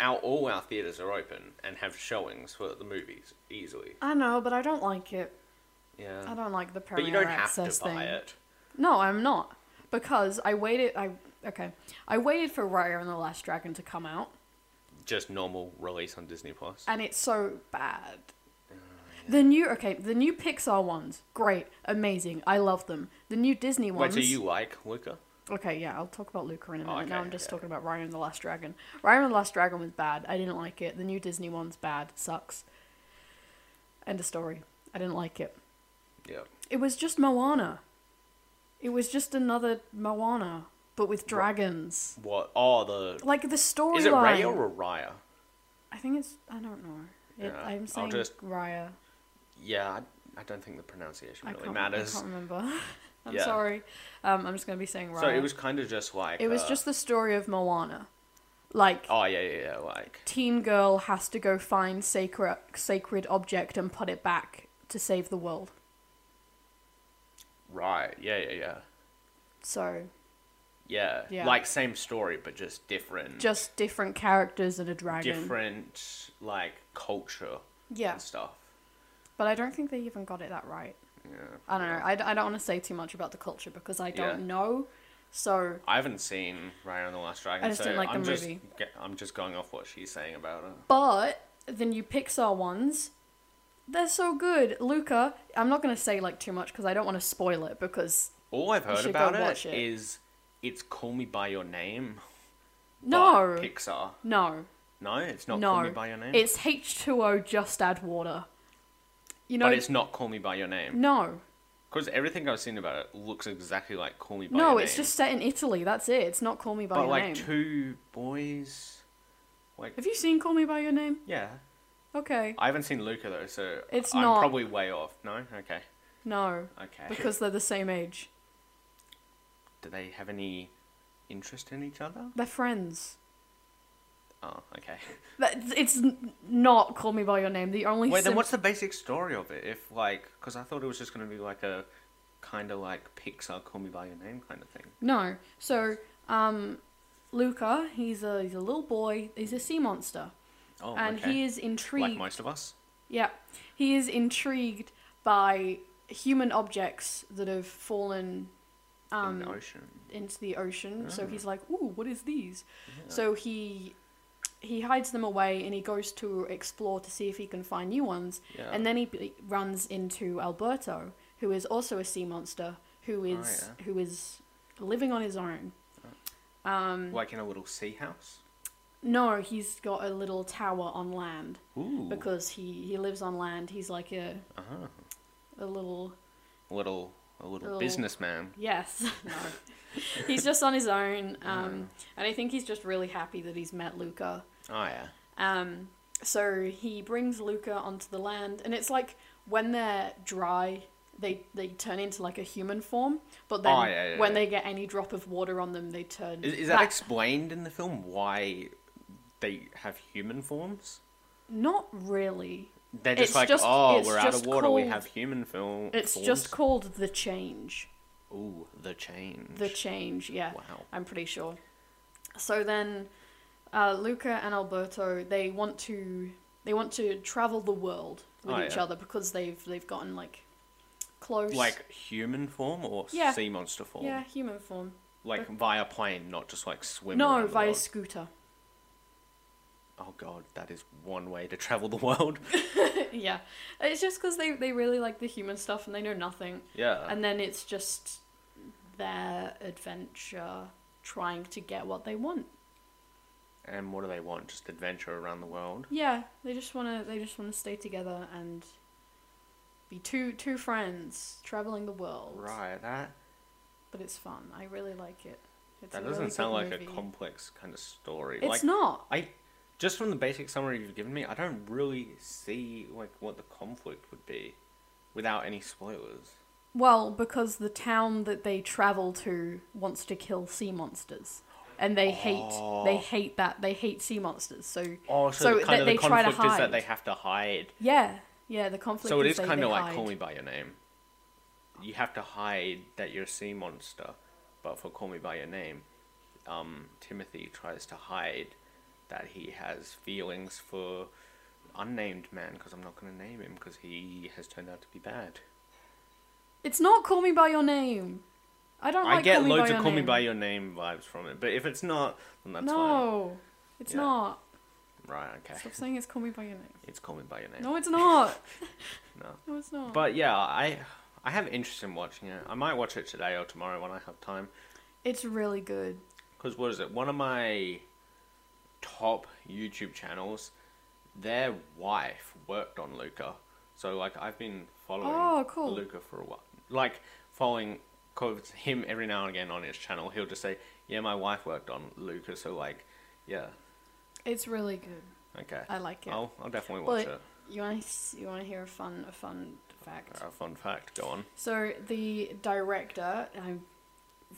[SPEAKER 2] our all our theaters are open and have showings for the movies easily.
[SPEAKER 1] I know, but I don't like it.
[SPEAKER 2] Yeah,
[SPEAKER 1] I don't like the premiere
[SPEAKER 2] but you don't have to buy
[SPEAKER 1] access thing.
[SPEAKER 2] it.
[SPEAKER 1] No, I'm not. Because I waited I okay. I waited for Raya and the Last Dragon to come out
[SPEAKER 2] Just normal release on Disney Plus.
[SPEAKER 1] and it's so bad.
[SPEAKER 2] Mm,
[SPEAKER 1] The new okay, the new Pixar ones, great, amazing. I love them. The new Disney
[SPEAKER 2] Wait,
[SPEAKER 1] ones.
[SPEAKER 2] so you like Luca?
[SPEAKER 1] Okay, yeah, I'll talk about Luca in a minute. now
[SPEAKER 2] okay,
[SPEAKER 1] I'm just
[SPEAKER 2] yeah.
[SPEAKER 1] talking about Raya and the Last Dragon. Raya and the Last Dragon was bad. I didn't like it. The new Disney one's bad. Sucks. End of story. I didn't like it.
[SPEAKER 2] Yeah.
[SPEAKER 1] It was just Moana. It was just another Moana, but with dragons.
[SPEAKER 2] What? Oh, the
[SPEAKER 1] Like the storyline.
[SPEAKER 2] is it Raya or Raya?
[SPEAKER 1] I think it's. I don't know. It,
[SPEAKER 2] Yeah, I'll
[SPEAKER 1] I'm saying
[SPEAKER 2] just-
[SPEAKER 1] Raya.
[SPEAKER 2] Yeah, I, I don't think the pronunciation
[SPEAKER 1] I
[SPEAKER 2] really
[SPEAKER 1] can't, I
[SPEAKER 2] matters.
[SPEAKER 1] can't remember. I'm
[SPEAKER 2] Yeah.
[SPEAKER 1] sorry. Um, I'm just gonna be saying Raya.
[SPEAKER 2] So it was kind of just like
[SPEAKER 1] It was
[SPEAKER 2] uh,
[SPEAKER 1] just the story of Moana. Like
[SPEAKER 2] Oh yeah, yeah, yeah. Like
[SPEAKER 1] teen girl has to go find sacred sacred object and put it back to save the world.
[SPEAKER 2] right. Yeah, yeah, yeah.
[SPEAKER 1] So
[SPEAKER 2] Yeah.
[SPEAKER 1] Yeah.
[SPEAKER 2] Like same story, but just different.
[SPEAKER 1] just different characters and a dragon.
[SPEAKER 2] different like culture
[SPEAKER 1] Yeah,
[SPEAKER 2] and stuff.
[SPEAKER 1] but I don't think they even got it that right.
[SPEAKER 2] Yeah.
[SPEAKER 1] I don't know. I, d- I don't want to say too much about the culture because I don't
[SPEAKER 2] Yeah.
[SPEAKER 1] know. So
[SPEAKER 2] I haven't seen Raya and the Last Dragon.
[SPEAKER 1] I just
[SPEAKER 2] so
[SPEAKER 1] didn't like the
[SPEAKER 2] I'm just,
[SPEAKER 1] movie.
[SPEAKER 2] ge- I'm just going off what she's saying about it.
[SPEAKER 1] But the new Pixar ones, they're so good. Luca, I'm not going to say like too much because I don't want to spoil it because
[SPEAKER 2] All I've heard
[SPEAKER 1] should go
[SPEAKER 2] about
[SPEAKER 1] watch
[SPEAKER 2] it
[SPEAKER 1] it.
[SPEAKER 2] is it's Call Me by Your Name. but
[SPEAKER 1] no,
[SPEAKER 2] Pixar.
[SPEAKER 1] no,
[SPEAKER 2] No, it's not Call Me
[SPEAKER 1] no,
[SPEAKER 2] by Your Name.
[SPEAKER 1] it's H2O. Just add water. You know,
[SPEAKER 2] but it's not Call Me by Your Name
[SPEAKER 1] no,
[SPEAKER 2] because everything I've seen about it looks exactly like Call Me by Your Name.
[SPEAKER 1] no. It's just set in Italy. That's it. It's not Call Me by
[SPEAKER 2] but
[SPEAKER 1] Your
[SPEAKER 2] like
[SPEAKER 1] Name.
[SPEAKER 2] two boys. Like
[SPEAKER 1] Have you seen Call Me by Your Name?
[SPEAKER 2] yeah,
[SPEAKER 1] Okay,
[SPEAKER 2] I haven't seen Luca though, so
[SPEAKER 1] It's
[SPEAKER 2] I'm
[SPEAKER 1] not-
[SPEAKER 2] probably way off. No, okay,
[SPEAKER 1] no,
[SPEAKER 2] okay.
[SPEAKER 1] because they're the same age.
[SPEAKER 2] do they have any interest in each other?
[SPEAKER 1] They're friends.
[SPEAKER 2] Oh, okay.
[SPEAKER 1] That, it's n- not Call Me by Your Name. The only
[SPEAKER 2] Wait, then
[SPEAKER 1] sim-
[SPEAKER 2] what's the basic story of it? If like, because I thought it was just gonna be like a kind of like Pixar Call Me by Your Name kind of thing.
[SPEAKER 1] No. So, um, Luca, he's a he's a little boy. He's a sea monster,
[SPEAKER 2] Oh,
[SPEAKER 1] and
[SPEAKER 2] okay.
[SPEAKER 1] he is intrigued.
[SPEAKER 2] like most of us.
[SPEAKER 1] yeah, he is intrigued by human objects that have fallen
[SPEAKER 2] in
[SPEAKER 1] um,
[SPEAKER 2] the ocean.
[SPEAKER 1] into the ocean. So
[SPEAKER 2] Oh.
[SPEAKER 1] he's like, "Ooh, what is these?"
[SPEAKER 2] Yeah.
[SPEAKER 1] So he he hides them away and he goes to explore to see if he can find new ones.
[SPEAKER 2] Yeah.
[SPEAKER 1] And then he b- runs into Alberto, who is also a sea monster, who
[SPEAKER 2] Oh,
[SPEAKER 1] is who is living on his own.
[SPEAKER 2] Oh.
[SPEAKER 1] Um,
[SPEAKER 2] like in a little sea house.
[SPEAKER 1] no, he's got a little tower on land
[SPEAKER 2] Ooh.
[SPEAKER 1] because he, he lives on land. He's like a
[SPEAKER 2] uh-huh.
[SPEAKER 1] a little
[SPEAKER 2] a little a little,
[SPEAKER 1] Little-
[SPEAKER 2] businessman.
[SPEAKER 1] yes no. he's just on his own, um, and I think he's just really happy that he's met Luca.
[SPEAKER 2] Oh yeah.
[SPEAKER 1] Um, so he brings Luca onto the land, and it's like when they're dry, they they turn into like a human form. But then
[SPEAKER 2] Oh, yeah, yeah,
[SPEAKER 1] when
[SPEAKER 2] yeah.
[SPEAKER 1] they get any drop of water on them, they turn.
[SPEAKER 2] Is, is that explained in the film why they have human forms?
[SPEAKER 1] not really?
[SPEAKER 2] They're just
[SPEAKER 1] It's
[SPEAKER 2] like,
[SPEAKER 1] just-
[SPEAKER 2] oh,
[SPEAKER 1] it's
[SPEAKER 2] we're out of
[SPEAKER 1] just
[SPEAKER 2] water. We
[SPEAKER 1] called-
[SPEAKER 2] have human film.
[SPEAKER 1] It's
[SPEAKER 2] forms."
[SPEAKER 1] just called the change.
[SPEAKER 2] Ooh, the change.
[SPEAKER 1] The change, yeah.
[SPEAKER 2] Wow.
[SPEAKER 1] I'm pretty sure. So then, uh, Luca and Alberto they want to they want to travel the world with
[SPEAKER 2] Oh,
[SPEAKER 1] each
[SPEAKER 2] yeah.
[SPEAKER 1] other because they've they've gotten like close.
[SPEAKER 2] Like oh. human form or
[SPEAKER 1] Yeah.
[SPEAKER 2] sea monster form?
[SPEAKER 1] yeah, human form.
[SPEAKER 2] Like via plane, not just like swimming.
[SPEAKER 1] no,
[SPEAKER 2] around the
[SPEAKER 1] via
[SPEAKER 2] world.
[SPEAKER 1] scooter.
[SPEAKER 2] Oh god, that is one way to travel the world.
[SPEAKER 1] yeah, it's just because they they really like the human stuff and they know nothing,
[SPEAKER 2] Yeah.
[SPEAKER 1] and then it's just their adventure trying to get what they want.
[SPEAKER 2] and what do they want? Just adventure around the world.
[SPEAKER 1] Yeah, they just wanna they just wanna stay together and be two two friends traveling the world.
[SPEAKER 2] Right. That
[SPEAKER 1] But it's fun. I really like it. It's
[SPEAKER 2] that
[SPEAKER 1] a
[SPEAKER 2] doesn't
[SPEAKER 1] really
[SPEAKER 2] sound like
[SPEAKER 1] good
[SPEAKER 2] a
[SPEAKER 1] movie.
[SPEAKER 2] complex kind of story.
[SPEAKER 1] It's
[SPEAKER 2] like
[SPEAKER 1] not.
[SPEAKER 2] I just from the basic summary you've given me, I don't really see like what the conflict would be without any spoilers.
[SPEAKER 1] Well, because the town that they travel to wants to kill sea monsters. And they hate they
[SPEAKER 2] Oh.
[SPEAKER 1] hate that they hate sea monsters. So
[SPEAKER 2] Oh,
[SPEAKER 1] so So
[SPEAKER 2] so,
[SPEAKER 1] the-
[SPEAKER 2] kind
[SPEAKER 1] kind of
[SPEAKER 2] of the
[SPEAKER 1] they the try to
[SPEAKER 2] conflict
[SPEAKER 1] conflict
[SPEAKER 2] is
[SPEAKER 1] is that
[SPEAKER 2] that
[SPEAKER 1] hide.
[SPEAKER 2] they
[SPEAKER 1] they
[SPEAKER 2] have to hide.
[SPEAKER 1] yeah, yeah, the conflict.
[SPEAKER 2] so it is
[SPEAKER 1] they-
[SPEAKER 2] kind
[SPEAKER 1] they
[SPEAKER 2] of like
[SPEAKER 1] hide.
[SPEAKER 2] Call Me by Your Name. You have to hide that you're a sea monster, but for Call Me by Your Name, um, Timothy tries to hide that he has feelings for unnamed man because I'm not going to name him because he has turned out to be bad.
[SPEAKER 1] It's not Call Me by Your Name. I don't.
[SPEAKER 2] I
[SPEAKER 1] like
[SPEAKER 2] get
[SPEAKER 1] Call Me
[SPEAKER 2] loads
[SPEAKER 1] by
[SPEAKER 2] of
[SPEAKER 1] Your
[SPEAKER 2] Call Me
[SPEAKER 1] Name.
[SPEAKER 2] by Your Name vibes from it, but if it's not, then that's fine.
[SPEAKER 1] no, it's
[SPEAKER 2] Yeah.
[SPEAKER 1] not.
[SPEAKER 2] Right, okay.
[SPEAKER 1] Stop saying it's Call Me by Your Name.
[SPEAKER 2] It's Call Me by Your Name.
[SPEAKER 1] No, it's not.
[SPEAKER 2] no.
[SPEAKER 1] No, it's not.
[SPEAKER 2] But yeah, I I have interest in watching it. I might watch it today or tomorrow when I have time.
[SPEAKER 1] it's really good.
[SPEAKER 2] Because what is it? One of my top YouTube channels, their wife worked on Luca. So like I've been following
[SPEAKER 1] Oh, cool.
[SPEAKER 2] Luca for a while. Like following 'cause him every now and again on his channel, he'll just say, "Yeah, my wife worked on Luca," so like, yeah,
[SPEAKER 1] It's really good.
[SPEAKER 2] okay.
[SPEAKER 1] I like it.
[SPEAKER 2] I'll I'll definitely watch
[SPEAKER 1] But- You want to you want to hear a fun a fun fact?
[SPEAKER 2] it. A fun fact. Go on.
[SPEAKER 1] So the director, and I'm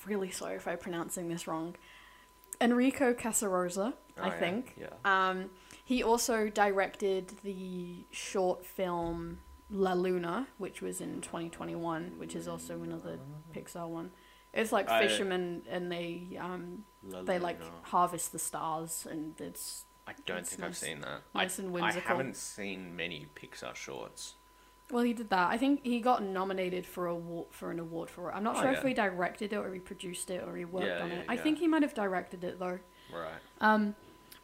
[SPEAKER 1] really sorry if I'm pronouncing this wrong, Enrico Casarosa,
[SPEAKER 2] Oh,
[SPEAKER 1] I
[SPEAKER 2] yeah,
[SPEAKER 1] think.
[SPEAKER 2] Yeah.
[SPEAKER 1] Um, he also directed the short film La Luna, which was in 2021, which is also another Pixar one. It's like
[SPEAKER 2] I-
[SPEAKER 1] fishermen, and they um,
[SPEAKER 2] La
[SPEAKER 1] they like
[SPEAKER 2] Oh, Luna.
[SPEAKER 1] harvest the stars, and it's
[SPEAKER 2] I don't
[SPEAKER 1] it's
[SPEAKER 2] think I've
[SPEAKER 1] nice-
[SPEAKER 2] seen that.
[SPEAKER 1] nice
[SPEAKER 2] I,
[SPEAKER 1] and
[SPEAKER 2] I
[SPEAKER 1] whimsical.
[SPEAKER 2] haven't seen many Pixar shorts.
[SPEAKER 1] Well, he did that. I think he got nominated for a wa- for an award for it. I'm not
[SPEAKER 2] Oh,
[SPEAKER 1] sure
[SPEAKER 2] yeah.
[SPEAKER 1] if he directed it or he produced it or he worked
[SPEAKER 2] Yeah,
[SPEAKER 1] on
[SPEAKER 2] yeah,
[SPEAKER 1] it. I
[SPEAKER 2] yeah.
[SPEAKER 1] think he might have directed it though,
[SPEAKER 2] Right.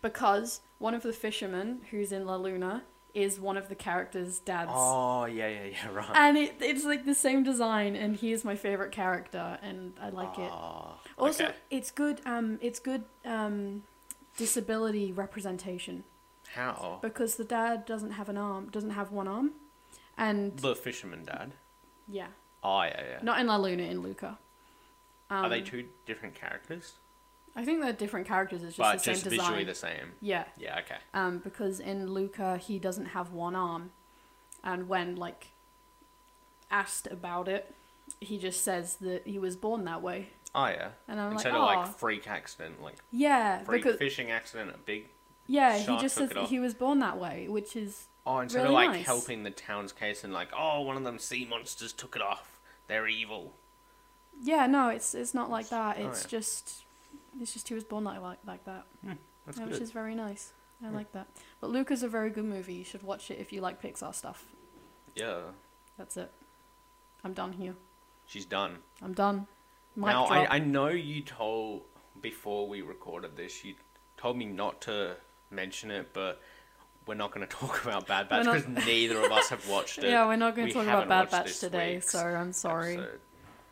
[SPEAKER 1] because one of the fishermen who's in La Luna is one of the characters' dads,
[SPEAKER 2] Oh yeah yeah yeah right.
[SPEAKER 1] and it, it's like the same design. And he is my favorite character, and I like it.
[SPEAKER 2] Ah,
[SPEAKER 1] Also,
[SPEAKER 2] okay.
[SPEAKER 1] it's good. Um, it's good. Um, disability representation
[SPEAKER 2] how
[SPEAKER 1] because the dad doesn't have an arm, doesn't have one arm, and
[SPEAKER 2] the fisherman dad?
[SPEAKER 1] yeah,
[SPEAKER 2] Oh yeah yeah.
[SPEAKER 1] not in La Luna, in Luca. Um,
[SPEAKER 2] Are they two different characters?
[SPEAKER 1] I think they're different characters. It's just the
[SPEAKER 2] but
[SPEAKER 1] same
[SPEAKER 2] just
[SPEAKER 1] design.
[SPEAKER 2] visually the same.
[SPEAKER 1] yeah,
[SPEAKER 2] Yeah. Okay.
[SPEAKER 1] um, because in Luca he doesn't have one arm, and when like asked about it, he just says that he was born that way,
[SPEAKER 2] Oh yeah.
[SPEAKER 1] and I'm
[SPEAKER 2] Instead
[SPEAKER 1] like,
[SPEAKER 2] of
[SPEAKER 1] oh,
[SPEAKER 2] like freak accident, like
[SPEAKER 1] yeah,
[SPEAKER 2] freak
[SPEAKER 1] because
[SPEAKER 2] fishing accident, a big.
[SPEAKER 1] yeah, he
[SPEAKER 2] shark
[SPEAKER 1] just
[SPEAKER 2] took
[SPEAKER 1] says
[SPEAKER 2] it
[SPEAKER 1] that
[SPEAKER 2] off.
[SPEAKER 1] he was born that way, which is
[SPEAKER 2] Oh, instead
[SPEAKER 1] Really
[SPEAKER 2] of like
[SPEAKER 1] nice.
[SPEAKER 2] helping the town's case and like, oh, one of them sea monsters took it off. They're evil.
[SPEAKER 1] yeah, no, it's it's not like that.
[SPEAKER 2] Oh,
[SPEAKER 1] It's
[SPEAKER 2] yeah.
[SPEAKER 1] just it's just he was born like like, like that,
[SPEAKER 2] That's
[SPEAKER 1] yeah,
[SPEAKER 2] good.
[SPEAKER 1] which is very nice. I
[SPEAKER 2] Yeah.
[SPEAKER 1] like that. But Luca's a very good movie. You should watch it if you like Pixar stuff.
[SPEAKER 2] Yeah.
[SPEAKER 1] That's it. I'm done here.
[SPEAKER 2] She's done.
[SPEAKER 1] I'm done. Mic
[SPEAKER 2] now
[SPEAKER 1] drop.
[SPEAKER 2] I, I know you told before we recorded this, you told me not to mention it, but we're not going to talk about Bad Batch
[SPEAKER 1] We're
[SPEAKER 2] because neither of us have watched it.
[SPEAKER 1] yeah, we're not going
[SPEAKER 2] we
[SPEAKER 1] to talk
[SPEAKER 2] haven't
[SPEAKER 1] about Bad
[SPEAKER 2] watched
[SPEAKER 1] Batch
[SPEAKER 2] this
[SPEAKER 1] today,
[SPEAKER 2] week's
[SPEAKER 1] so I'm sorry.
[SPEAKER 2] episode.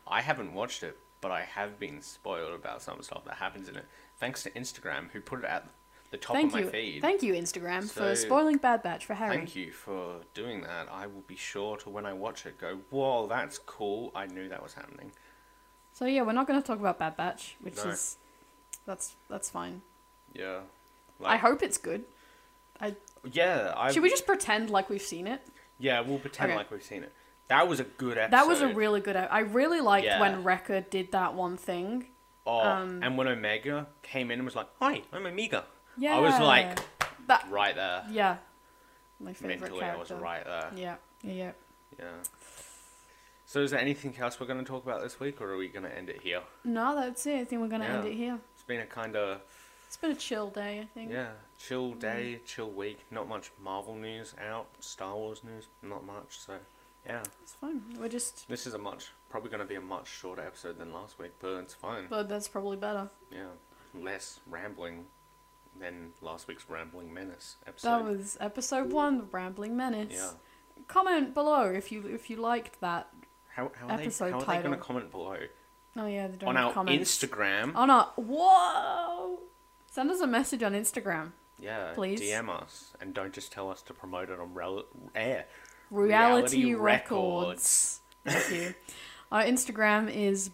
[SPEAKER 2] I haven't watched it, but I have been spoiled about some stuff that happens in it, thanks to Instagram, who put it at the top
[SPEAKER 1] Thank
[SPEAKER 2] of my
[SPEAKER 1] you,
[SPEAKER 2] feed.
[SPEAKER 1] thank you, Instagram,
[SPEAKER 2] So-
[SPEAKER 1] for spoiling Bad Batch for Harry.
[SPEAKER 2] Thank you for doing that. I will be sure to, when I watch it, go, whoa, that's cool. I knew that was happening.
[SPEAKER 1] So yeah, we're not going to talk about Bad Batch, which
[SPEAKER 2] No.
[SPEAKER 1] is that's that's fine.
[SPEAKER 2] Yeah.
[SPEAKER 1] I hope it's good.
[SPEAKER 2] Yeah. I,
[SPEAKER 1] Should we just pretend like we've seen it?
[SPEAKER 2] Yeah, we'll pretend
[SPEAKER 1] Okay.
[SPEAKER 2] like we've seen it. That was a good episode.
[SPEAKER 1] That was a really good. e, I really liked
[SPEAKER 2] Yeah.
[SPEAKER 1] when Wrecker did that one thing.
[SPEAKER 2] Oh,
[SPEAKER 1] um,
[SPEAKER 2] and when Omega came in and was like, hi, I'm Omega. I was like,
[SPEAKER 1] that.
[SPEAKER 2] right there.
[SPEAKER 1] Yeah, my favorite
[SPEAKER 2] Mentally, I was
[SPEAKER 1] character.
[SPEAKER 2] right there.
[SPEAKER 1] Yeah, yeah, yeah.
[SPEAKER 2] Yeah. So is there anything else we're going to talk about this week, or are we going to end it here?
[SPEAKER 1] No, that's it. I think we're gonna end
[SPEAKER 2] Yeah.
[SPEAKER 1] it here.
[SPEAKER 2] It's been a kind of
[SPEAKER 1] It's been a chill day, I think.
[SPEAKER 2] yeah chill
[SPEAKER 1] Mm.
[SPEAKER 2] day, chill week. Not much Marvel news out, Star Wars news, not much. So yeah,
[SPEAKER 1] It's fine. We're just,
[SPEAKER 2] this is a much probably going to be a much shorter episode than last week, but it's fine.
[SPEAKER 1] but that's probably better.
[SPEAKER 2] Yeah, less rambling than last week's rambling menace episode.
[SPEAKER 1] That was episode one, of Rambling Menace.
[SPEAKER 2] yeah.
[SPEAKER 1] Comment below if you if you liked that.
[SPEAKER 2] How, how are they,
[SPEAKER 1] Episode
[SPEAKER 2] how are they going to
[SPEAKER 1] title.
[SPEAKER 2] comment below
[SPEAKER 1] Oh yeah, they don't Oh,
[SPEAKER 2] on
[SPEAKER 1] have
[SPEAKER 2] our
[SPEAKER 1] comments.
[SPEAKER 2] Instagram?
[SPEAKER 1] On our whoa, send us a message on Instagram.
[SPEAKER 2] Yeah,
[SPEAKER 1] Please.
[SPEAKER 2] DM us and don't just tell us to promote it on rel- air.
[SPEAKER 1] Reality,
[SPEAKER 2] Reality
[SPEAKER 1] Records. Thank you. Our Instagram is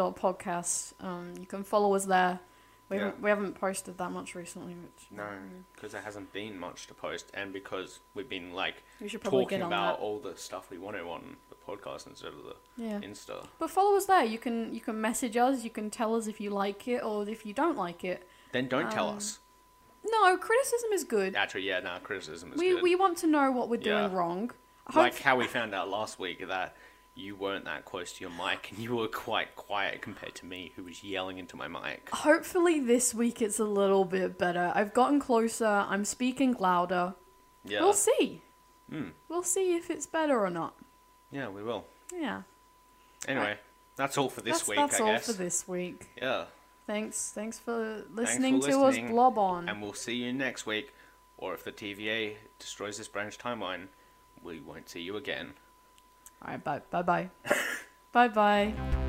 [SPEAKER 1] blobon.podcast. Um, you can follow us there. We,
[SPEAKER 2] Yeah.
[SPEAKER 1] haven't, we haven't posted that much recently. Which,
[SPEAKER 2] No, because there hasn't been much to post, and because we've been like
[SPEAKER 1] We should probably
[SPEAKER 2] talking
[SPEAKER 1] get on
[SPEAKER 2] about
[SPEAKER 1] that.
[SPEAKER 2] all the stuff we want to on the podcast instead of the
[SPEAKER 1] Yeah.
[SPEAKER 2] Insta.
[SPEAKER 1] But follow us there. You can you can message us. You can tell us if you like it or if you don't like it.
[SPEAKER 2] Then don't tell
[SPEAKER 1] Um,
[SPEAKER 2] us.
[SPEAKER 1] No, criticism is good.
[SPEAKER 2] Actually, yeah, nah, criticism is
[SPEAKER 1] we
[SPEAKER 2] good.
[SPEAKER 1] we want to know what we're
[SPEAKER 2] Yeah.
[SPEAKER 1] doing wrong. Hope-
[SPEAKER 2] like how we found out last week that you weren't that close to your mic and you were quite quiet compared to me, who was yelling into my mic.
[SPEAKER 1] hopefully this week it's a little bit better. I've gotten closer. I'm speaking louder.
[SPEAKER 2] Yeah,
[SPEAKER 1] We'll see.
[SPEAKER 2] Mm.
[SPEAKER 1] We'll see if it's better or not.
[SPEAKER 2] yeah, we will.
[SPEAKER 1] Yeah.
[SPEAKER 2] Anyway, that's all for this
[SPEAKER 1] that's
[SPEAKER 2] week,
[SPEAKER 1] that's
[SPEAKER 2] I
[SPEAKER 1] all
[SPEAKER 2] guess.
[SPEAKER 1] for this week.
[SPEAKER 2] Yeah,
[SPEAKER 1] Thanks thanks for listening to
[SPEAKER 2] listening.
[SPEAKER 1] us blob on.
[SPEAKER 2] and we'll see you next week, or if the TVA destroys this branch timeline, we won't see you again.
[SPEAKER 1] All right, bye bye bye. bye bye.